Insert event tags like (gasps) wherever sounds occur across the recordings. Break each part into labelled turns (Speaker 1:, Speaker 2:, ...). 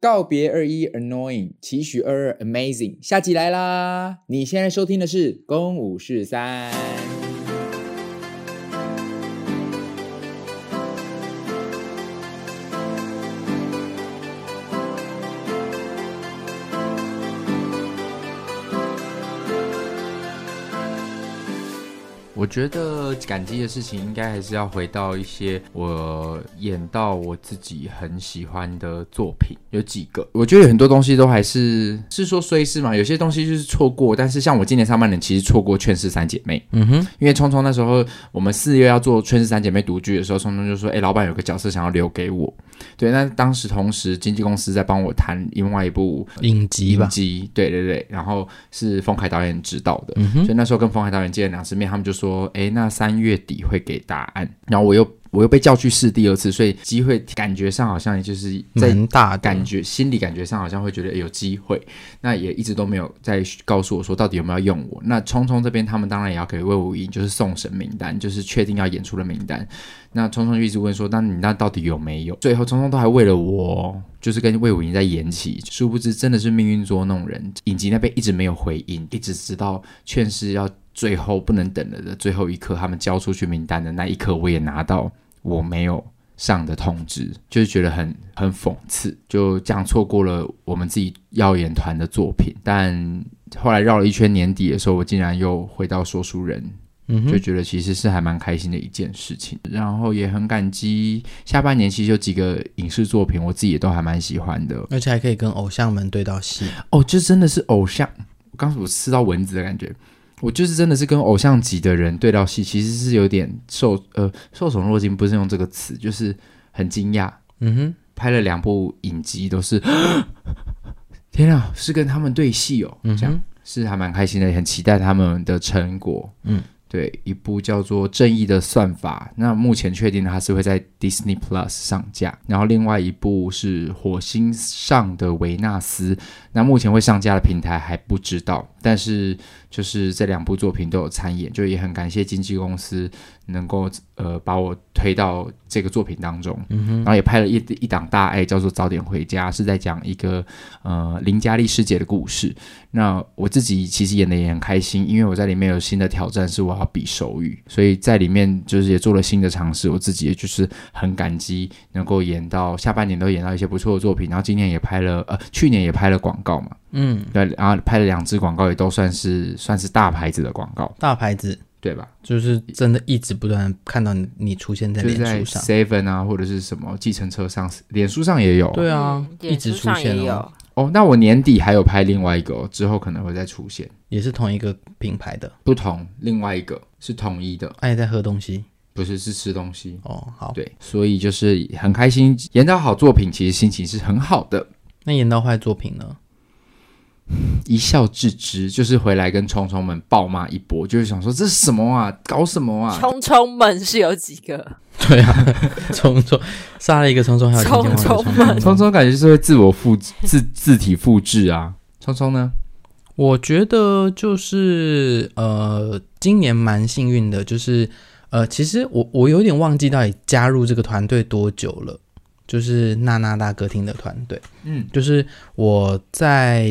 Speaker 1: 告别二一 annoying，期许二二 amazing，下集来啦！你现在收听的是《公五是三》。
Speaker 2: 我觉得感激的事情应该还是要回到一些我演到我自己很喜欢的作品，有几个，我觉得有很多东西都还是是说虽是嘛，有些东西就是错过，但是像我今年上半年其实错过《劝世三姐妹》，
Speaker 1: 嗯哼，
Speaker 2: 因为聪聪那时候我们四月要做《劝世三姐妹》独剧的时候，聪聪就说：“哎、老板有个角色想要留给我。”对，那当时同时经纪公司在帮我谈另外一部啊
Speaker 1: 影集
Speaker 2: 影，集，对对对，然后是丰凯导演指导的，
Speaker 1: 嗯
Speaker 2: 所以那时候跟冯海导演见了两次面，他们就说：“哎，那三月底会给答案。”然后我又我又被叫去试第二次，所以机会感觉上好像就是在
Speaker 3: 蛮大的
Speaker 2: 感觉心里感觉上好像会觉得诶哎有机会，那也一直都没有在告诉我说到底有没有用我。那聪聪这边他们当然也要给魏无音就是送审名单，就是确定要演出的名单。那聪聪就一直问说，那你那到底有没有？最后聪聪都还为了我，就是跟魏无音在延期，殊不知真的是命运捉弄人。影集那边一直没有回音，一直直到劝世要最后不能等了的最后一刻，他们交出去名单的那一刻，我也拿到我没有上的通知，就是觉得很很讽刺，就这样错过了我们自己耀眼团的作品。但后来绕了一圈，年底的时候，我竟然又回到说书人，
Speaker 3: 嗯
Speaker 2: 就
Speaker 3: 哼，
Speaker 2: 觉得其实是还蛮开心的一件事情。然后也很感激下半年，其实有几个影视作品，我自己也都还蛮喜欢的。
Speaker 3: 而且还可以跟偶像们对到戏，
Speaker 2: 啊哦，这真的是偶像。我刚我吃到蚊子的感觉，我就是真的是跟偶像级的人对到戏，其实是有点受呃受宠若惊，不是用这个词，就是很惊讶。
Speaker 3: 嗯哼，
Speaker 2: 拍了两部影集，都是 (gasps) 天啊，是跟他们对戏哦，
Speaker 3: 嗯
Speaker 2: 这样
Speaker 3: 哼，
Speaker 2: 是还蛮开心的，也很期待他们的成果。
Speaker 3: 嗯，
Speaker 2: 对，一部叫做《正义的算法》，那目前确定它是会在 Disney Plus 上架，然后另外一部是《火星上的维纳斯》，那目前会上架的平台还不知道，但是就是这两部作品都有参演，就也很感谢经纪公司能够呃把我推到这个作品当中。
Speaker 3: 嗯哼，
Speaker 2: 然后也拍了一一档大爱，叫做《早点回家》，是在讲一个呃林嘉丽师姐的故事。那我自己其实演的也很开心，因为我在里面有新的挑战，是我要比手语，所以在里面就是也做了新的尝试。我自己也就是很感激能够演到下半年都演到一些不错的作品，然后今年也拍了呃去年也拍了广告嘛，
Speaker 3: 嗯，
Speaker 2: 对，然后拍了两支广告，也都算是算是大牌子的广告，
Speaker 3: 大牌子
Speaker 2: 对吧？
Speaker 3: 就是真的一直不断看到你你出现在
Speaker 2: 就是
Speaker 3: 脸
Speaker 2: 在
Speaker 3: 书上，
Speaker 2: Seven 啊或者是什么计程车上，脸书上也有，
Speaker 3: 对啊，
Speaker 4: 嗯
Speaker 3: 一
Speaker 4: 脸
Speaker 3: 直
Speaker 4: 书
Speaker 3: 出
Speaker 4: 上
Speaker 3: 现
Speaker 4: 也
Speaker 3: 哦，
Speaker 4: 有，
Speaker 2: 哦，那我年底还有拍另外一个、哦，之后可能会再出现
Speaker 3: 也是同一个品牌的，
Speaker 2: 不同，另外一个是统一的，
Speaker 3: 爱在喝东西
Speaker 2: 不是是吃东西。
Speaker 3: 哦，好，
Speaker 2: 对，所以就是很开心，演到好作品，其实心情是很好的，
Speaker 3: 那演到坏作品呢？ (laughs)
Speaker 2: 一笑置之，就是回来跟虫虫们暴骂一波，就是想说这是什么啊，搞什么啊？
Speaker 4: 冲冲们是有几个？
Speaker 3: 对啊，虫虫杀了一个虫虫，还有
Speaker 4: 虫
Speaker 3: 天天玩的
Speaker 4: 虫
Speaker 3: 虫
Speaker 2: 虫虫感觉就是会自我复制自自体复制啊，虫虫呢？
Speaker 3: 我觉得就是呃，今年蛮幸运的，就是呃，其实我我有点忘记到底加入这个团队多久了，就是娜娜大歌厅的团队，
Speaker 2: 嗯，
Speaker 3: 就是我在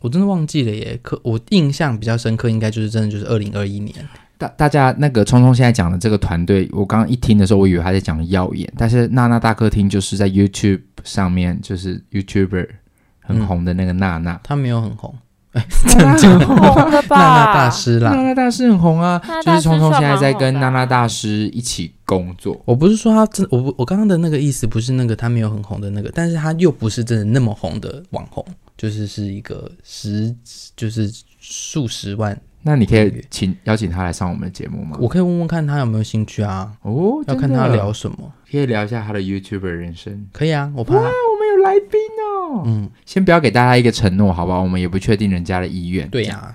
Speaker 3: 我真的忘记了耶，可我印象比较深刻，应该就是真的就是二零二一年，
Speaker 2: 大大家那个聪聪现在讲的这个团队，我刚刚一听的时候，我以为他在讲耀眼，但是娜娜大客厅就是在 YouTube 上面，就是 YouTuber 很红的那个娜
Speaker 4: (laughs)
Speaker 2: 娜，
Speaker 3: 他没有很红，
Speaker 4: 红了吧？
Speaker 3: 娜娜大师
Speaker 2: 娜
Speaker 3: 啦。
Speaker 2: 娜大师很红啊
Speaker 4: 娜，娜
Speaker 2: 就
Speaker 4: 大
Speaker 2: 是
Speaker 4: 师
Speaker 2: 聪聪现在在跟
Speaker 4: 算蛮红的
Speaker 2: 娜
Speaker 4: 啊
Speaker 2: 娜大师一起工作。
Speaker 3: 我不是说他真，我不我刚刚的那个意思不是那个他没有很红的那个，但是他又不是真的那么红的网红，就是是一个十就是数十万
Speaker 2: 那你可以请邀请他来上我们的节目吗？
Speaker 3: 我可以问问看他有没有兴趣啊？
Speaker 2: 哦，
Speaker 3: 要
Speaker 2: 真的
Speaker 3: 看他聊，什么。
Speaker 2: 可以聊一下他的 YouTuber 人生。
Speaker 3: 可以啊，我怕他。
Speaker 2: 我们有来宾哦，
Speaker 3: 嗯，
Speaker 2: 先不要给大家一个承诺，好不好？我们也不确定人家的意愿。
Speaker 3: 对呀、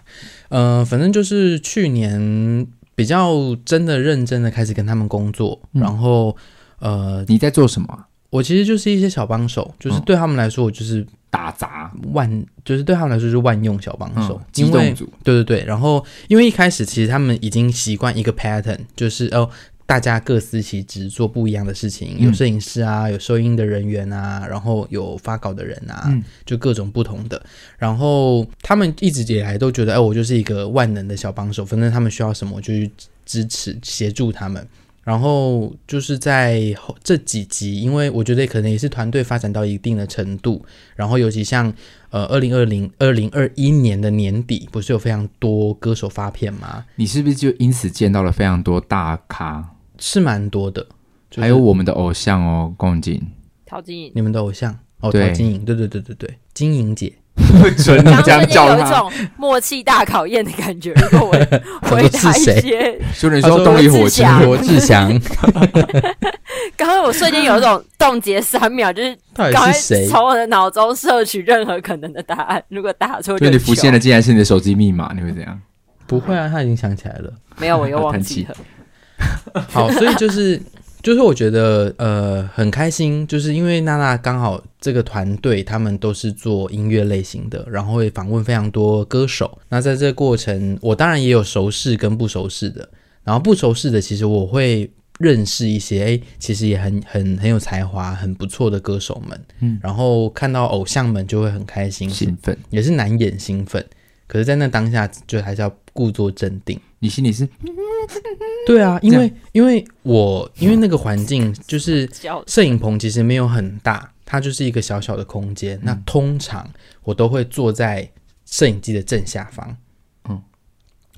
Speaker 3: 嗯、呃，反正就是去年比较真的认真的开始跟他们工作，
Speaker 2: 嗯
Speaker 3: 然后呃，
Speaker 2: 你在做什么啊？
Speaker 3: 我其实就是一些小帮手，就是
Speaker 2: 嗯
Speaker 3: 对他们来说，我就是
Speaker 2: 打杂，
Speaker 3: 万，就是对他们来说就是万用小帮手
Speaker 2: 嗯，，机
Speaker 3: 因为
Speaker 2: 动组，
Speaker 3: 对对对，然后因为一开始其实他们已经习惯一个 pattern，就是哦，大家各司其职，做不一样的事情，有摄影师啊，有收音的人员啊，然后有发稿的人啊，
Speaker 2: 嗯
Speaker 3: 就各种不同的。然后他们一直以来都觉得，哎，我就是一个万能的小帮手，反正他们需要什么，我就去支持协助他们。然后就是在后这几集，因为我觉得可能也是团队发展到一定的程度，然后尤其像呃二零二零二零二一年的年底，不是有非常多歌手发片吗？
Speaker 2: 你是不是就因此见到了非常多大咖，
Speaker 3: 是蛮多的，就是
Speaker 2: 还有我们的偶像哦，龚瑾，
Speaker 4: 陶晶莹。
Speaker 3: 你们的偶像哦，陶
Speaker 2: 对
Speaker 3: 晶莹，对对对对对，晶莹
Speaker 2: (laughs)
Speaker 3: 姐，
Speaker 2: 不准你这
Speaker 4: 刚
Speaker 2: 样
Speaker 4: 刚瞬间
Speaker 2: 叫
Speaker 4: 有一
Speaker 2: 他。
Speaker 4: 种默契大考验的感觉。如果我回答一
Speaker 3: 是
Speaker 4: 些，
Speaker 2: 所以你
Speaker 3: 他
Speaker 2: 说
Speaker 3: 说
Speaker 2: 动力火
Speaker 4: 是
Speaker 2: 箭 (laughs)
Speaker 4: 啊，
Speaker 3: 罗志祥
Speaker 4: 刚刚我瞬间有一种冻结三秒，就是
Speaker 3: (laughs) 到
Speaker 4: 赶
Speaker 3: 底
Speaker 4: 快
Speaker 3: 是谁？
Speaker 4: 从我的脑中摄取任何可能的答案。如果答错
Speaker 2: 所
Speaker 4: 就
Speaker 2: 以你浮现的
Speaker 4: 了，
Speaker 2: 竟然是你的手机密码，你会怎样？
Speaker 3: 不会啊，他已经想起来了。
Speaker 4: 没有我又忘记
Speaker 2: 叹
Speaker 4: 了。
Speaker 3: (laughs) 好，所以就是就是我觉得呃很开心，就是因为娜娜刚好这个团队他们都是做音乐类型的，然后会访问非常多歌手。那在这个过程，我当然也有熟识跟不熟识的，然后不熟识的其实我会。认识一些哎、诶其实也很很很有才华、很不错的歌手们，嗯，然后看到偶像们就会很开心，
Speaker 2: 兴奋，
Speaker 3: 也是难掩兴奋。可是，在那当下，就还是要故作镇定。
Speaker 2: 你心里是
Speaker 3: 对啊，因
Speaker 2: 这
Speaker 3: 为因为我因为那个环境就是
Speaker 4: 叫
Speaker 3: 摄影棚，其实没有很大，它就是一个小小的空间。那通常我都会坐在摄影机的正下方，
Speaker 2: 嗯
Speaker 3: 嗯，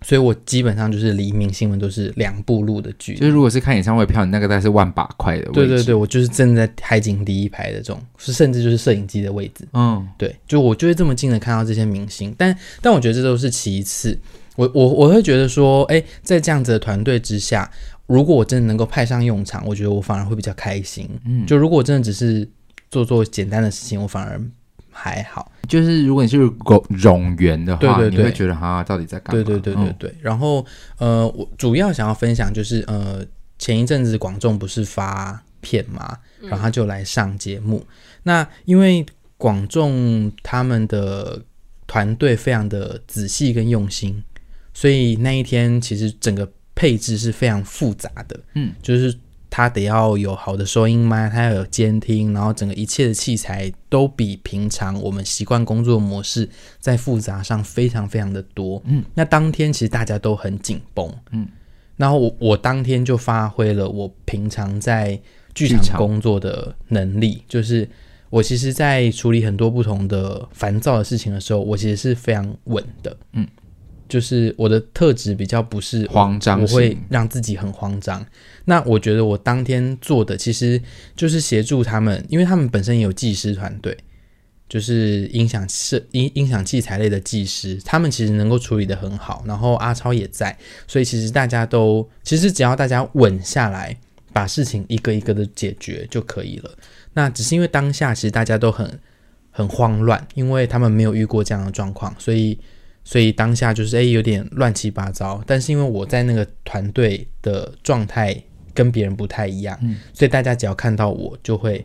Speaker 3: 所以我基本上就是离明星们都是两步路的距
Speaker 2: 就是
Speaker 3: 离。
Speaker 2: 如果是看演唱会票，你那个大概是万把块的位置。
Speaker 3: 对对对，，我就是站在海景第一排的这种，是甚至就是摄影机的位置。
Speaker 2: 嗯，
Speaker 3: 对，就我就会这么近的看到这些明星，但但我觉得这都是其次。我我我会觉得说，哎，在这样子的团队之下，如果我真的能够派上用场，我觉得我反而会比较开心。嗯，就如果我真的只是做做简单的事情，我反而还好。
Speaker 2: 就是如果你是冗冗员的话，
Speaker 3: 对对对
Speaker 2: 你会觉得哈，到底在干
Speaker 3: 对
Speaker 2: 嘛？
Speaker 3: 对对对
Speaker 2: 嗯
Speaker 3: 对。然后呃，我主要想要分享就是呃，前一阵子广众不是发片嘛，然后他就来上节目。那因为广众他们的团队非常的仔细跟用心，所以那一天其实整个配置是非常复杂的。
Speaker 2: 嗯，
Speaker 3: 就是他得要有好的收音麦，他要有监听，然后整个一切的器材都比平常我们习惯工作模式在复杂上非常非常的多。
Speaker 2: 嗯，
Speaker 3: 那当天其实大家都很紧绷。
Speaker 2: 嗯，
Speaker 3: 然后我我当天就发挥了我平常在剧场
Speaker 2: 剧场
Speaker 3: 工作的能力，就是。我其实，在处理很多不同的烦躁的事情的时候，我其实是非常稳的。
Speaker 2: 嗯，
Speaker 3: 就是我的特质比较不是
Speaker 2: 慌张
Speaker 3: 我会
Speaker 2: 型
Speaker 3: 让自己很慌张。那我觉得我当天做的其实就是协助他们，因为他们本身也有技师团队，就是音响设音音响器材类的技师，他们其实能够处理的很好。然后阿超也在，所以其实大家都其实只要大家稳下来，把事情一个一个的解决就可以了。那只是因为当下其实大家都很很慌乱，因为他们没有遇过这样的状况，所以所以当下就是哎、有点乱七八糟。但是因为我在那个团队的状态跟别人不太
Speaker 2: 嗯
Speaker 3: 一样，所以大家只要看到我就会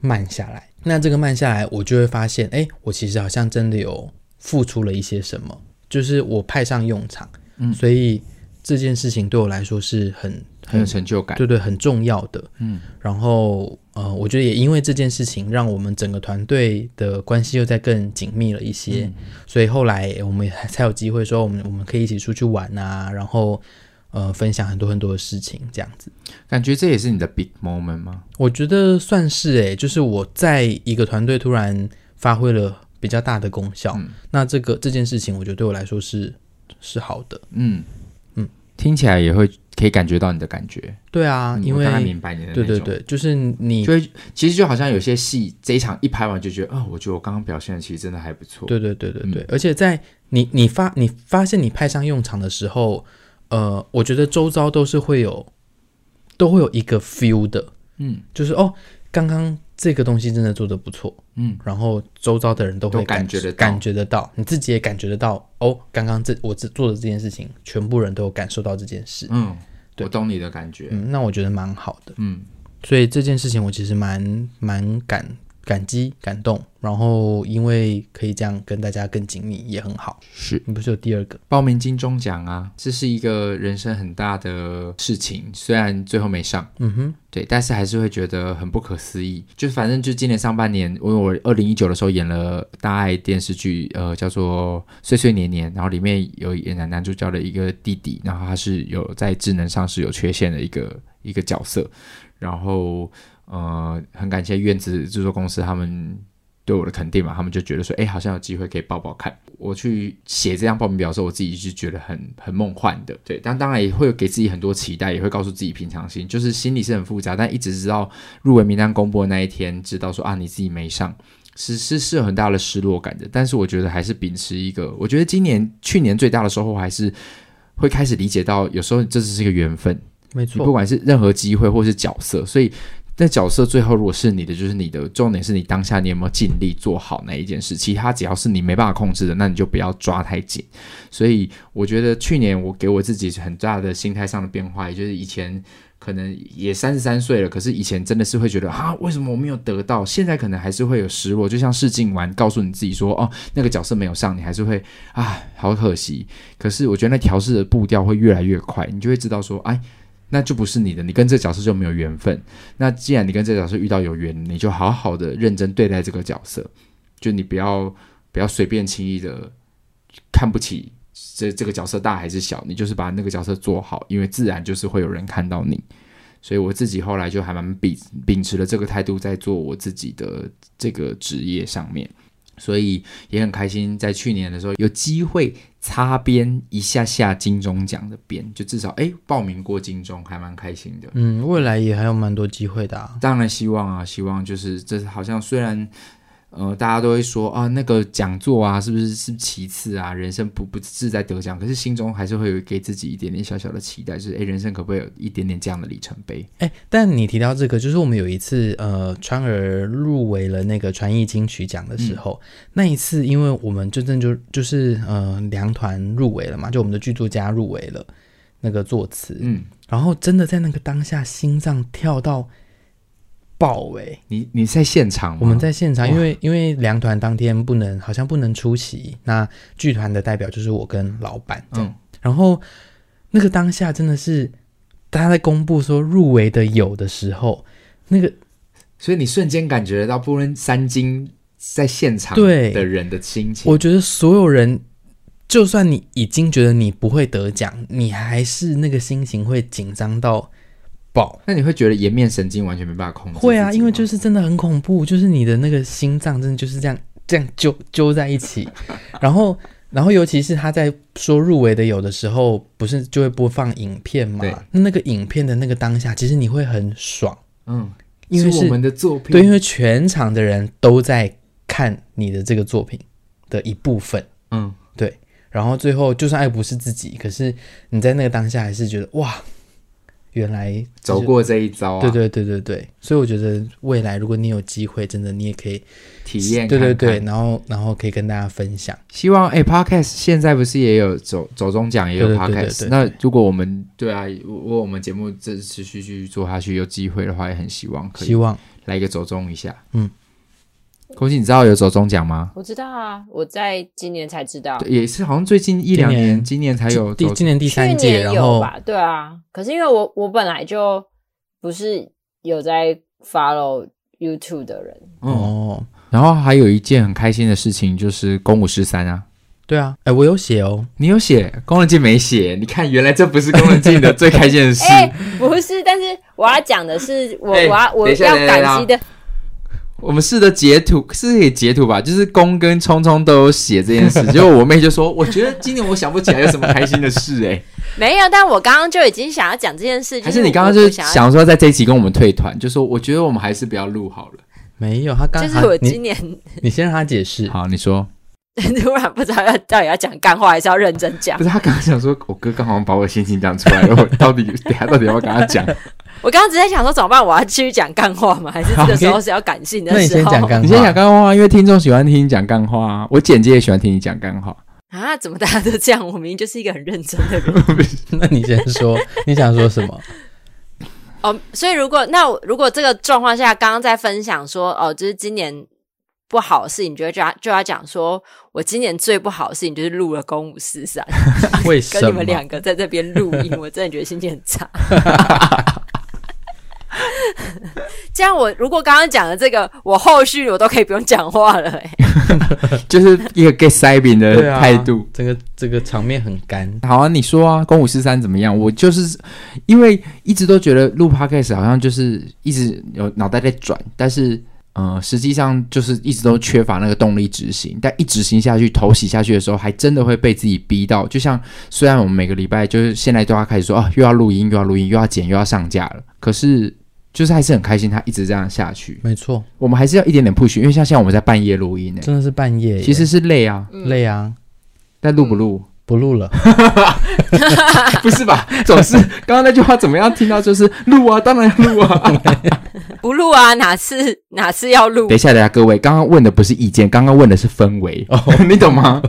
Speaker 3: 慢下来。那这个慢下来，我就会发现，哎、我其实好像真的有付出了一些什么，就是我派上用场。嗯，所以这件事情对我来说是很
Speaker 2: 很有成就感。
Speaker 3: 对对，很重要的。嗯，然后呃，我觉得也因为这件事情，让我们整个团队的关系又在更紧密了一些。
Speaker 2: 嗯
Speaker 3: 所以后来我们也才有机会说，我们我们可以一起出去玩啊，然后呃，分享很多很多的事情，这样子。
Speaker 2: 感觉这也是你的 big moment 吗？
Speaker 3: 我觉得算是诶、就是我在一个团队突然发挥了比较大的功效，
Speaker 2: 嗯
Speaker 3: 那这个这件事情，我觉得对我来说是是好的。
Speaker 2: 嗯嗯，听起来也会可以感觉到你的感觉，
Speaker 3: 对啊，
Speaker 2: 嗯
Speaker 3: 因
Speaker 2: 我大概
Speaker 3: 为
Speaker 2: 明白你的那
Speaker 3: 对
Speaker 2: 种
Speaker 3: 对。对，就是你
Speaker 2: 就会其实就好像有些戏这一场一拍完就觉得，哦，我觉得我刚刚表现的其实真的还不错。
Speaker 3: 对对对对对，
Speaker 2: 嗯
Speaker 3: 而且在你你发你发现你派上用场的时候，呃，我觉得周遭都是会有都会有一个 feel 的，
Speaker 2: 嗯
Speaker 3: 就是哦，刚刚这个东西真的做的不错，
Speaker 2: 嗯，
Speaker 3: 然后周遭的人都会
Speaker 2: 都感觉得到
Speaker 3: 感觉得到，你自己也感觉得到哦，刚刚这我这做的这件事情，全部人都有感受到这件事，
Speaker 2: 嗯，
Speaker 3: 对
Speaker 2: 我懂你
Speaker 3: 嗯
Speaker 2: 的感觉。
Speaker 3: 嗯，那我觉得蛮好的，
Speaker 2: 嗯，
Speaker 3: 所以这件事情我其实蛮蛮感感激、感动，然后因为可以这样跟大家更紧密，也很好。
Speaker 2: 是
Speaker 3: 你不是有第二个？
Speaker 2: 报名金钟奖啊，这是一个人生很大的事情，虽然最后没上，
Speaker 3: 嗯哼，
Speaker 2: 对，但是还是会觉得很不可思议。就是反正就今年上半年，因为我二零一九的时候演了大爱电视剧，呃，叫做《岁岁年年》，然后里面有演男男主角的一个弟弟，然后他是有在智能上是有缺陷的一个一个角色，然后呃，很感谢院子制作公司他们对我的肯定嘛，他们就觉得说，哎，好像有机会可以报报看。我去写这张报名表的时候，我自己是觉得很很梦幻的，对。但当然也会有给自己很多期待，也会告诉自己平常心，就是心里是很复杂，但一直直到入围名单公布的那一天，知道说啊你自己没上，是是是有很大的失落感的。但是我觉得还是秉持一个，我觉得今年去年最大的收获还是会开始理解到，有时候这只是一个缘分，
Speaker 3: 没
Speaker 2: 你不
Speaker 3: 错，
Speaker 2: 管是任何机会或是角色，所以那角色最后如果是你的，就是你的。重点是你当下你有没有尽力做好那一件事，其他只要是你没办法控制的，那你就不要抓太紧。所以我觉得去年我给我自己很大的心态上的变化，也就是以前。可能也三十三岁了，可是以前真的是会觉得啊，为什么我没有得到？现在可能还是会有失落，就像试镜完告诉你自己说，哦，那个角色没有上，你还是会啊，好可惜。可是我觉得那调试的步调会越来越快，你就会知道说，哎，那就不是你的，你跟这角色就没有缘分。那既然你跟这角色遇到有缘，你就好好的认真对待这个角色，就你不要不要随便轻易的看不起这这个角色大还是小，你就是把那个角色做好，因为自然就是会有人看到你。所以我自己后来就还蛮秉秉持了这个态度，在做我自己的这个职业上面，所以也很开心，在去年的时候有机会擦边一下下金钟奖的边，就至少哎报名过金钟，还蛮开心的。
Speaker 3: 嗯，未来也还有蛮多机会的啊。
Speaker 2: 当然希望啊，希望就是这好像虽然。呃，大家都会说啊，那个讲座啊，是不是是其次啊？人生不不是在得奖，可是心中还是会有给自己一点点小小的期待，就是哎，人生可不可以有一点点这样的里程碑？
Speaker 3: 哎，但你提到这个，就是我们有一次，呃，川儿入围了那个传艺金曲奖的时候，那一次，因为我们真正就就是呃，两团入围了嘛，就我们的剧作家入围了那个作词，
Speaker 2: 嗯，
Speaker 3: 然后真的在那个当下，心脏跳到爆哎、
Speaker 2: 你你在现场吗？
Speaker 3: 我们在现场，因为因为两团当天不能，好像不能出席。那剧团的代表就是我跟老板这样。
Speaker 2: 嗯
Speaker 3: 然后那个当下真的是，大家在公布说入围的有的时候，那个
Speaker 2: 所以你瞬间感觉得到，不论三金在现场
Speaker 3: 对
Speaker 2: 的人的心情，
Speaker 3: 我觉得所有人，就算你已经觉得你不会得奖，你还是那个心情会紧张到爆。
Speaker 2: 那你会觉得颜面神经完全没办法控制自己吗。
Speaker 3: 会啊，因为就是真的很恐怖，就是你的那个心脏真的就是这样 (laughs) 这样揪揪在一起，然后然后尤其是他在说入围的有的时候不是就会播放影片嘛
Speaker 2: 对，
Speaker 3: 那那个影片的那个当下，其实你会很爽，
Speaker 2: 嗯，
Speaker 3: 因为
Speaker 2: 是
Speaker 3: 是
Speaker 2: 我们的作品，
Speaker 3: 对，因为全场的人都在看你的这个作品的一部分，
Speaker 2: 嗯，
Speaker 3: 对，然后最后就算爱不是自己，可是你在那个当下还是觉得哇，原来
Speaker 2: 走过这一遭啊，
Speaker 3: 对对对对对，所以我觉得未来如果你有机会，真的你也可以，
Speaker 2: 体验
Speaker 3: 对
Speaker 2: 看
Speaker 3: 对
Speaker 2: 看
Speaker 3: 对，。然后然后可以跟大家分享。
Speaker 2: 希望哎、p o d c a s t 现在不是也有走走中奖，也有
Speaker 3: 对对
Speaker 2: Podcast
Speaker 3: 对对对对
Speaker 2: 那如果我们对啊，如如果我们节目这持续继续做下去，有机会的话，也很希望可
Speaker 3: 希
Speaker 2: 以
Speaker 3: 望
Speaker 2: 来一个走中一下。
Speaker 3: 嗯，
Speaker 2: 恭喜你知道有走中奖吗？
Speaker 5: 我知道啊，我在今年才知道
Speaker 2: 对，，也是好像最近一两
Speaker 3: 啊今
Speaker 2: 年，
Speaker 3: 年
Speaker 2: 今年才有
Speaker 3: 第
Speaker 2: 走
Speaker 3: 今年第
Speaker 5: 去
Speaker 3: 三届，
Speaker 5: 年
Speaker 3: 然
Speaker 5: 有
Speaker 3: 后
Speaker 5: 吧？对啊，可是因为我我本来就不是有在 follow YouTube 的人，
Speaker 2: 嗯，
Speaker 3: 哦，
Speaker 2: 然后还有一件很开心的事情就是公五十三啊，
Speaker 3: 对啊，哎，我有写哦，
Speaker 2: 你有写，宫仁静没写。你看，原来这不是宫仁静的最开心的
Speaker 4: (laughs)
Speaker 2: 事。
Speaker 5: 哎、不是，但是我要讲的是，我、
Speaker 2: 哎
Speaker 5: 我要我
Speaker 2: 等一下
Speaker 5: 要
Speaker 2: 等一下
Speaker 5: 感激的，
Speaker 2: 我们试着截图，是可以截图吧？就是宫跟聪聪都有写这
Speaker 5: (laughs)
Speaker 2: 件事，结果我妹就说：“我觉得今年我想不起来有什么开心的事、欸。”
Speaker 5: 没有，但我刚刚就已经想要讲这件事，
Speaker 2: 哎，还是你
Speaker 5: (laughs) 我
Speaker 2: 刚刚就是
Speaker 5: 我想要，
Speaker 2: 想说在这一集跟我们退团，就说我觉得我们还是不要录好了。
Speaker 3: 没有，他刚
Speaker 5: 就是
Speaker 3: 他
Speaker 5: 我
Speaker 3: 啊你
Speaker 5: 今年 (laughs)
Speaker 3: 你先让他解释，
Speaker 2: 好，你说
Speaker 5: 突然不知道要到底要讲干话还是要认真讲
Speaker 2: 不。是？他刚刚想说，我哥刚好把我心情讲出来了，我 (laughs) 到底等一下到底要不要跟他讲？
Speaker 5: 我刚刚只在想说怎么办，我要继续讲干话吗？还是这个时候是要感性的
Speaker 3: 那你
Speaker 5: 时
Speaker 3: 先
Speaker 5: 候？
Speaker 3: 讲干
Speaker 2: 你先讲
Speaker 3: 话，
Speaker 2: 干话，因为听众喜欢听你讲干话啊，我简介也喜欢听你讲干话。
Speaker 5: 啊？怎么大家都这样？我明明就是一个很认真的人。
Speaker 3: 那你先说，你想说什么？
Speaker 4: 哦，所以如果那我如果这个状况下，刚刚在分享说哦，就是今年不好的事情，你就会就要就要讲说，我今年最不好的事情就是录了《公五四
Speaker 2: (laughs)
Speaker 4: 三》，
Speaker 3: 为什
Speaker 4: 跟
Speaker 3: 么？
Speaker 4: 你们两个在这边录音，我真的觉得心情很
Speaker 2: (laughs)
Speaker 4: 差。这样我如果刚刚讲的这个，我后续我都可以不用讲话
Speaker 2: (laughs)
Speaker 4: 了、欸。
Speaker 2: 就是一个 get 塞饼的
Speaker 3: 对啊
Speaker 2: 呃态度。
Speaker 3: 这个这个场面很干，
Speaker 2: 好啊，你说啊，公五四三怎么样？我就是因为一直都觉得录 podcast 好像就是一直有脑袋在转，但是呃，实际上就是一直都缺乏那个动力执行。但一执行下去、投洗下去的时候，还真的会被自己逼到。就像虽然我们每个礼拜就是现在都要开始说啊，又要录音，又要录音，又要剪，又要上架了，可是就是还是很开心，它一直这样下去。
Speaker 3: 没错，
Speaker 2: 我们还是要一点点 push，因为像现在我们在半夜录音呢、欸
Speaker 3: 真的是半夜耶，
Speaker 2: 其实是累啊，
Speaker 3: 累啊，
Speaker 2: 但录不录？
Speaker 3: 不录了。 (laughs)
Speaker 2: (laughs) 不是吧？总是刚刚那句话怎么样听到就是录啊，当然要录啊。
Speaker 4: 不录啊，哪次哪次要录
Speaker 2: (laughs) 等一？下，等一下，各位，刚刚问的不是意见，刚刚问的是氛围， (laughs) 你懂吗？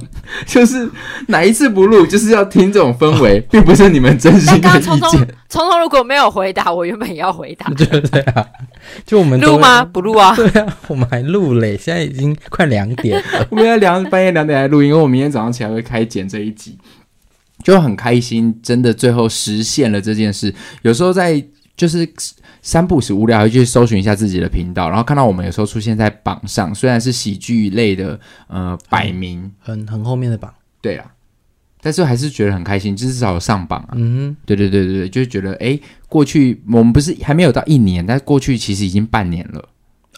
Speaker 2: 就是哪一次不录，就是要听这种氛围，并不是你们真
Speaker 4: 但
Speaker 2: 心
Speaker 4: 刚
Speaker 2: 的
Speaker 4: 刚
Speaker 2: 意
Speaker 4: 聪聪
Speaker 2: 见。
Speaker 4: 聪聪如果没有回答，我原本也要回答。
Speaker 3: 对啊，就我们都
Speaker 4: 录吗？？不录啊。
Speaker 3: 对啊， (laughs) 我们还录嘞，现在已经快两点
Speaker 2: (laughs)
Speaker 3: 了。
Speaker 2: 我们要两半夜两点来录音，因为我明天早上起来会开剪这一集，就很开心，真的最后实现了这件事。有时候在就是三不时无聊，会去搜寻一下自己的频道，然后看到我们有时候出现在榜上，虽然是喜剧类的呃百名，
Speaker 3: 很很后面的榜，
Speaker 2: 对啊，但是还是觉得很开心，至少有上榜啊。
Speaker 3: 嗯
Speaker 2: 对对对对对，就是觉得哎，诶过去我们不是还没有到一年，但过去其实已经半年了，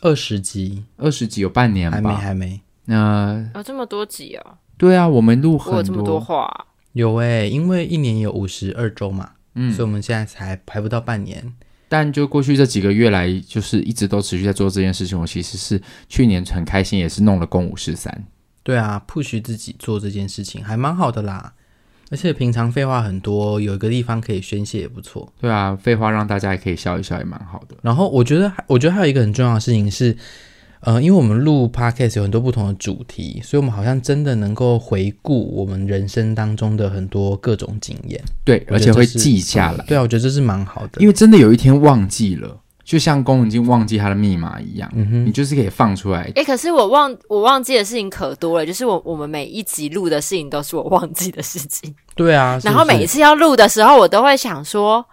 Speaker 3: 哼，二十集
Speaker 2: 二十集有半年
Speaker 3: 还没
Speaker 2: 吧？
Speaker 3: 还没
Speaker 2: 那、
Speaker 4: 有这么多集哦，
Speaker 2: 对啊，我们录
Speaker 4: 我有
Speaker 2: 很
Speaker 4: 这么多话啊、
Speaker 3: 有哎，因为一年有五十二周嘛，
Speaker 2: 嗯
Speaker 3: 所以我们现在才还不到半年。
Speaker 2: 但就过去这几个月来，就是一直都持续在做这件事情。我其实是去年很开心，也是弄了公五十三。
Speaker 3: 对啊，push 自己做这件事情还蛮好的啦，而且平常废话很多，有一个地方可以宣泄也不错。
Speaker 2: 对啊，废话让大家也可以笑一笑，也蛮好的。
Speaker 3: 然后我觉得还，我觉得还有一个很重要的事情是，呃，因为我们录 podcast 有很多不同的主题，所以我们好像真的能够回顾我们人生当中的很多各种经验，
Speaker 2: 对，
Speaker 3: 我
Speaker 2: 而
Speaker 3: 觉
Speaker 2: 且
Speaker 3: 得
Speaker 2: 会
Speaker 3: 这是
Speaker 2: 记下来，
Speaker 3: 对啊，我觉得这是蛮好的，
Speaker 2: 因
Speaker 3: 为
Speaker 2: 为真的有一天忘记了，就像公已经忘记他的密码一样，
Speaker 3: 嗯
Speaker 2: 你就是可以放出来。
Speaker 4: 哎、可是我忘我忘记的事情可多了，就是我我们每一集录的事情都是我忘记的事情，
Speaker 3: 对啊，
Speaker 4: 然后每一
Speaker 3: 次
Speaker 4: 次要录的时候，我都会想说，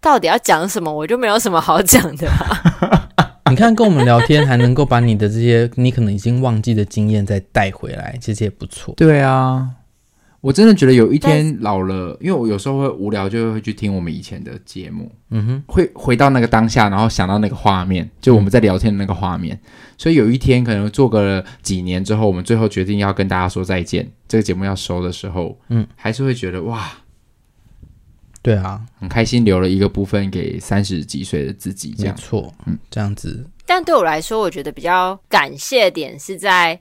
Speaker 4: 到底要讲什么，我就没有什么好讲的、啊。 (laughs)
Speaker 3: (laughs) 你看跟我们聊天，还能够把你的这些你可能已经忘记的经验再带回来，其实也不错。
Speaker 2: 对啊，我真的觉得有一
Speaker 4: 但
Speaker 2: 天老了，因为我有时候会无聊，就会去听我们以前的节目，
Speaker 3: 嗯哼，
Speaker 2: 会回到那个当下，然后想到那个画面，就我们在聊天的那个画面。所以有一天可能做个几年之后，我们最后决定要跟大家说再见，这个节目要收的时候，
Speaker 3: 嗯，
Speaker 2: 还是会觉得哇，
Speaker 3: 对啊，
Speaker 2: 很开心，留了一个部分给三十几岁的自己，这
Speaker 3: 没
Speaker 2: 样
Speaker 3: 错，
Speaker 2: 嗯
Speaker 3: 这样子
Speaker 4: 但对我来说，我觉得比较感谢的点是在，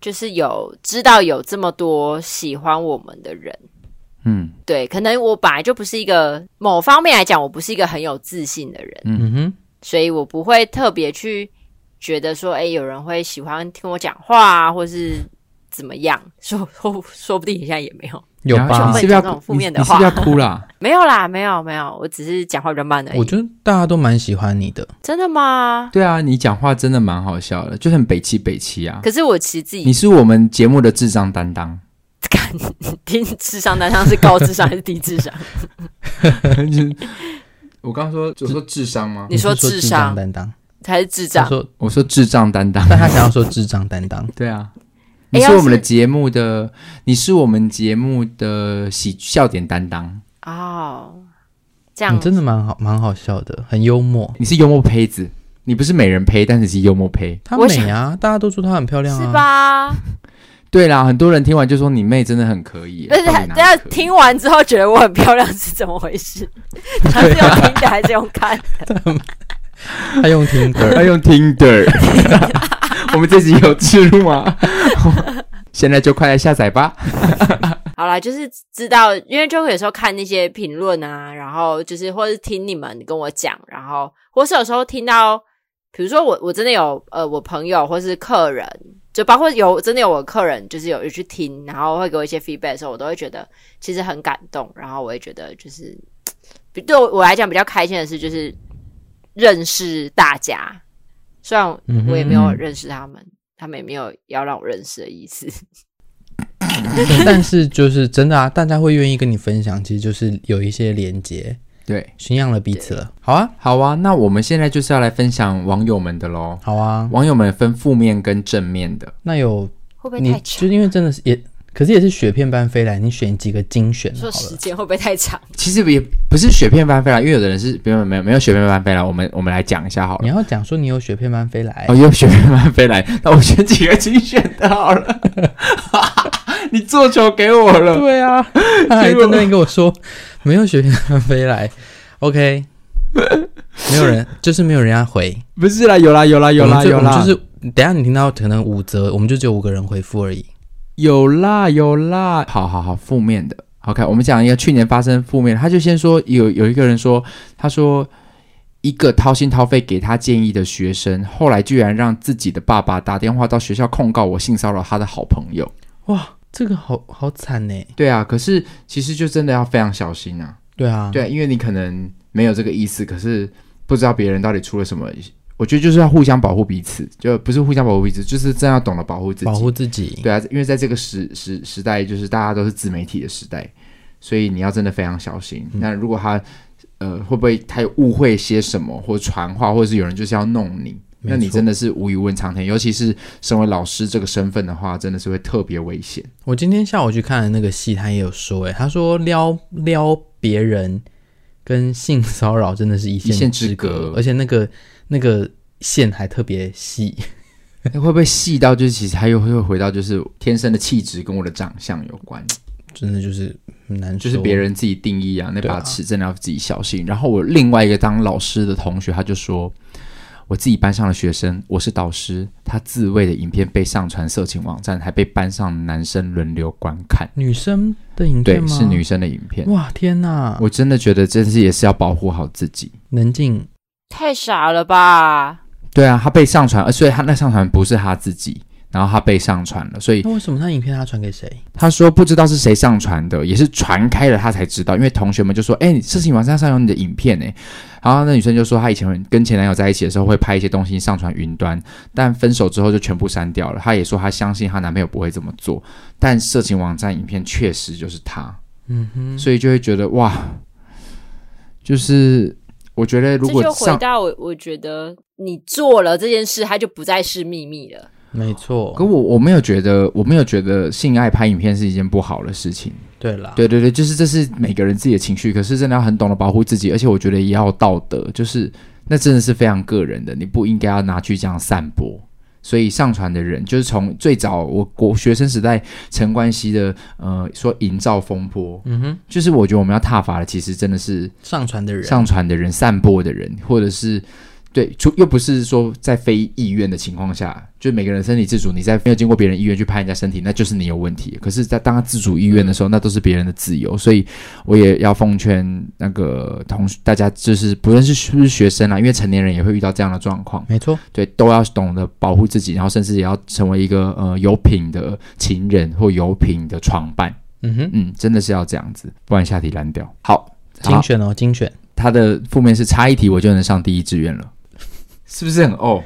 Speaker 4: 就是有知道有这么多喜欢我们的人。
Speaker 2: 嗯
Speaker 4: 对，可能我本来就不是一个某方面来讲，我不是一个很有自信的人，
Speaker 3: 嗯哼，
Speaker 4: 所以我不会特别去觉得说，哎、有人会喜欢听我讲话啊，或是怎么样， (laughs) 说说说不定现在也没有，
Speaker 3: 有
Speaker 2: 然后
Speaker 3: 吧
Speaker 2: 你
Speaker 4: 会
Speaker 2: 是不是
Speaker 4: 讲这
Speaker 2: 要
Speaker 4: 种负面的
Speaker 2: 你？你是不是要哭
Speaker 4: (laughs)
Speaker 2: 啦？
Speaker 4: 没有啦，没有没有，我只是讲话比较慢而
Speaker 3: 我
Speaker 4: 已。
Speaker 3: 觉得大家都蛮喜欢你的，
Speaker 4: 真的吗？
Speaker 2: 对啊，你讲话真的蛮好笑的，就很北七北七啊。
Speaker 4: 可是我其实自
Speaker 2: 你
Speaker 4: 己
Speaker 2: 是我们节目的智障担当，
Speaker 4: 看听智商单上是高智商还是低智
Speaker 3: (laughs)
Speaker 4: 商？
Speaker 2: 就是 (laughs) 我刚说，我说智商吗
Speaker 4: 你说
Speaker 3: 是
Speaker 4: 智
Speaker 3: 智障
Speaker 4: 商
Speaker 3: 担当，
Speaker 4: 还是智
Speaker 3: 他
Speaker 4: 障？
Speaker 3: 说，
Speaker 2: 我说智障担当，
Speaker 3: 但他想要说智障担当。
Speaker 2: (laughs) 对啊，
Speaker 4: 哎
Speaker 2: 你是
Speaker 4: 要
Speaker 2: 我们的
Speaker 4: 是
Speaker 2: 节目的，你是我们节目的喜笑点担当，
Speaker 4: 哦，这
Speaker 3: 你
Speaker 4: 样
Speaker 3: 真的蛮好，蛮好笑的，很幽默。
Speaker 2: 你是幽默胚子，你不是美人胚，但是你是幽默胚。
Speaker 3: 她
Speaker 4: 我
Speaker 3: 美啊，大家都说她很漂亮啊。
Speaker 4: 是？吧？
Speaker 2: 对啦，很多人听完就说你妹真的很可以，
Speaker 4: 不是，
Speaker 2: 到底
Speaker 4: 大
Speaker 2: 哪里
Speaker 4: 家
Speaker 2: 可以
Speaker 4: 听完之后觉得我很漂亮是怎么回事？
Speaker 3: (laughs)
Speaker 4: 他是用
Speaker 3: 啊
Speaker 4: 听的还是用看的？
Speaker 3: 她用听
Speaker 4: (laughs)
Speaker 3: 的。
Speaker 2: 要用 Tinder，我 (laughs) 们这集有植入吗？ (laughs) 现在就快来下载吧。
Speaker 4: 好啦，就是知道，因为就有时候看那些评论啊，然后就是或是听你们跟我讲，然后或是有时候听到，比如说我我真的有呃，我朋友或是客人，就包括有真的有呃我客人，就是有有去听，然后会给我一些 feedback 的时候，我都会觉得其实很感动，然后我也觉得就是嘖比对我来讲比较开心的事就是认识大家，虽然
Speaker 3: 嗯哼
Speaker 4: 我也没有认识他们，他们也没有要让我认识的意思。
Speaker 3: 但是就是真的啊，大家会愿意跟你分享，其实就是有一些连接，
Speaker 2: 对，
Speaker 3: 驯养了彼此了。好啊，
Speaker 2: 好啊，那我们现在就是要来分享网友们的喽。
Speaker 3: 好啊，
Speaker 2: 网友们分负面跟正面的，
Speaker 3: 那有
Speaker 4: 会不会
Speaker 3: 你
Speaker 4: 太
Speaker 3: 就
Speaker 4: 长？啊
Speaker 3: 因为真的是也，可是也是雪片般飞来，你选几个精选好
Speaker 4: 说时
Speaker 3: 了。
Speaker 4: 间会不会太长？
Speaker 2: 其实也不是雪片般飞来，因为有的人是没有没有没有雪片般飞来，我们我们来讲一下好
Speaker 3: 你
Speaker 2: 了。
Speaker 3: 要讲说你有雪片般飞来
Speaker 2: 哦，，有雪片般飞来，那我选几个精选的好了。 (laughs) 你做球给我了，
Speaker 3: 对啊，他
Speaker 2: 哎
Speaker 3: 还在那边跟我说没有雪片般飞来，OK，没有人就是没有人要回，
Speaker 2: 不是啦，有啦有啦有
Speaker 3: 我
Speaker 2: 啦
Speaker 3: 们就
Speaker 2: 有啦，
Speaker 3: 我们就是等一下你听到可能五折，我们就只有五个人回复而已。
Speaker 2: 有啦有啦，好好好，负面的。OK，我们讲一个去年发生负面的，他就先说有有一个人说，他说一个掏心掏肺给他建议的学生，后来居然让自己的爸爸打电话到学校控告我性骚扰他的好朋友。
Speaker 3: 哇，这个好好惨欸呢。
Speaker 2: 对啊，可是其实就真的要非常小心啊。
Speaker 3: 对啊，
Speaker 2: 对啊，因为你可能没有这个意思，可是不知道别人到底出了什么。我觉得就是要互相保护彼此，就不是互相保护彼此，就是真的要懂得保护自己。
Speaker 3: 保护自己。
Speaker 2: 对啊，因为在这个时时时代，就是大家都是自媒体的时代，所以你要真的非常小心。
Speaker 3: 嗯
Speaker 2: 那如果他呃会不会他有误会些什么，或传话，或者是有人就是要弄你，
Speaker 3: 没
Speaker 2: 那你
Speaker 3: 错
Speaker 2: 真的是无语问苍天。尤其是身为老师这个身份的话，真的是会特别危险。
Speaker 3: 我今天下午去看了那个戏，他也有说，哎，他说撩撩别人跟性骚扰真的是一
Speaker 2: 一线之
Speaker 3: 之
Speaker 2: 隔
Speaker 3: 而且那个那个线还特别细。
Speaker 2: 那会不会细到就是其实他又会回到就是天生的气质跟我的长相有关？
Speaker 3: 真的就是很难
Speaker 2: 就
Speaker 3: 说，
Speaker 2: 是别人自己定义啊，那
Speaker 3: 对
Speaker 2: 把
Speaker 3: 啊
Speaker 2: 尺真的要自己小心。然后我另外一个当老师的同学，他就说，我自己班上的学生，我是导师，他自慰的影片被上传色情网站，还被班上男生轮流观看，
Speaker 3: 女生的影
Speaker 2: 对
Speaker 3: 片，吗？
Speaker 2: 是女。生的影片。
Speaker 3: 哇天哪！
Speaker 2: 我真的觉得这是也是要保护好自己。
Speaker 3: 能静
Speaker 4: (laughs) 太傻了吧！
Speaker 2: 对啊，他被上传，呃所以他那上传不是他自己，然后他被上传了，所以
Speaker 3: 那为什么他影片他传给谁？
Speaker 2: 他说不知道是谁上传的，也是传开了他才知道，因为同学们就说：“哎、你事情网站上有你的影片呢。”然后那女生就说她以前跟前男友在一起的时候会拍一些东西上传云端，但分手之后就全部删掉了。她也说她相信她男朋友不会这么做，但色情网站影片确实就是她，
Speaker 3: 嗯哼，
Speaker 2: 所以就会觉得哇，就是我觉得如
Speaker 4: 这
Speaker 2: 果
Speaker 4: 就回
Speaker 2: 上，
Speaker 4: 到我，我觉得你做了这件事，它就不再是秘密了。
Speaker 3: 没错
Speaker 2: 可。我我没有觉得我没有觉得性爱拍影片是一件不好的事情。
Speaker 3: 对啦，
Speaker 2: 对对对，就是这是每个人自己的情绪，可是真的要很懂得保护自己，而且我觉得也要有道德，就是那真的是非常个人的，你不应该要拿去这样散播。所以上传的人，就是从最早我国学生时代陈冠希的呃说营造风波，
Speaker 3: 嗯哼，
Speaker 2: 就是我觉得我们要踏伐的，其实真的是
Speaker 3: 上传的人，
Speaker 2: 上传的人、散播的人，或者是对，出又不是说在非意愿的情况下，就每个人身体自主，你在没有经过别人意愿去拍人家身体，那就是你有问题。可是，在当他自主意愿的时候，那都是别人的自由，所以我也要奉劝那个同学大家，就是不论是是不是学生啦，啊因为成年人也会遇到这样的状况，
Speaker 3: 没错，
Speaker 2: 对，都要懂得保护自己，然后甚至也要成为一个呃有品的情人或有品的床伴。
Speaker 3: 嗯哼，
Speaker 2: 嗯，真的是要这样子，不然下体烂掉。好，好
Speaker 3: 精选哦，精选，
Speaker 2: 他的负面是差一题我就能上第一志愿了，是不是很哦？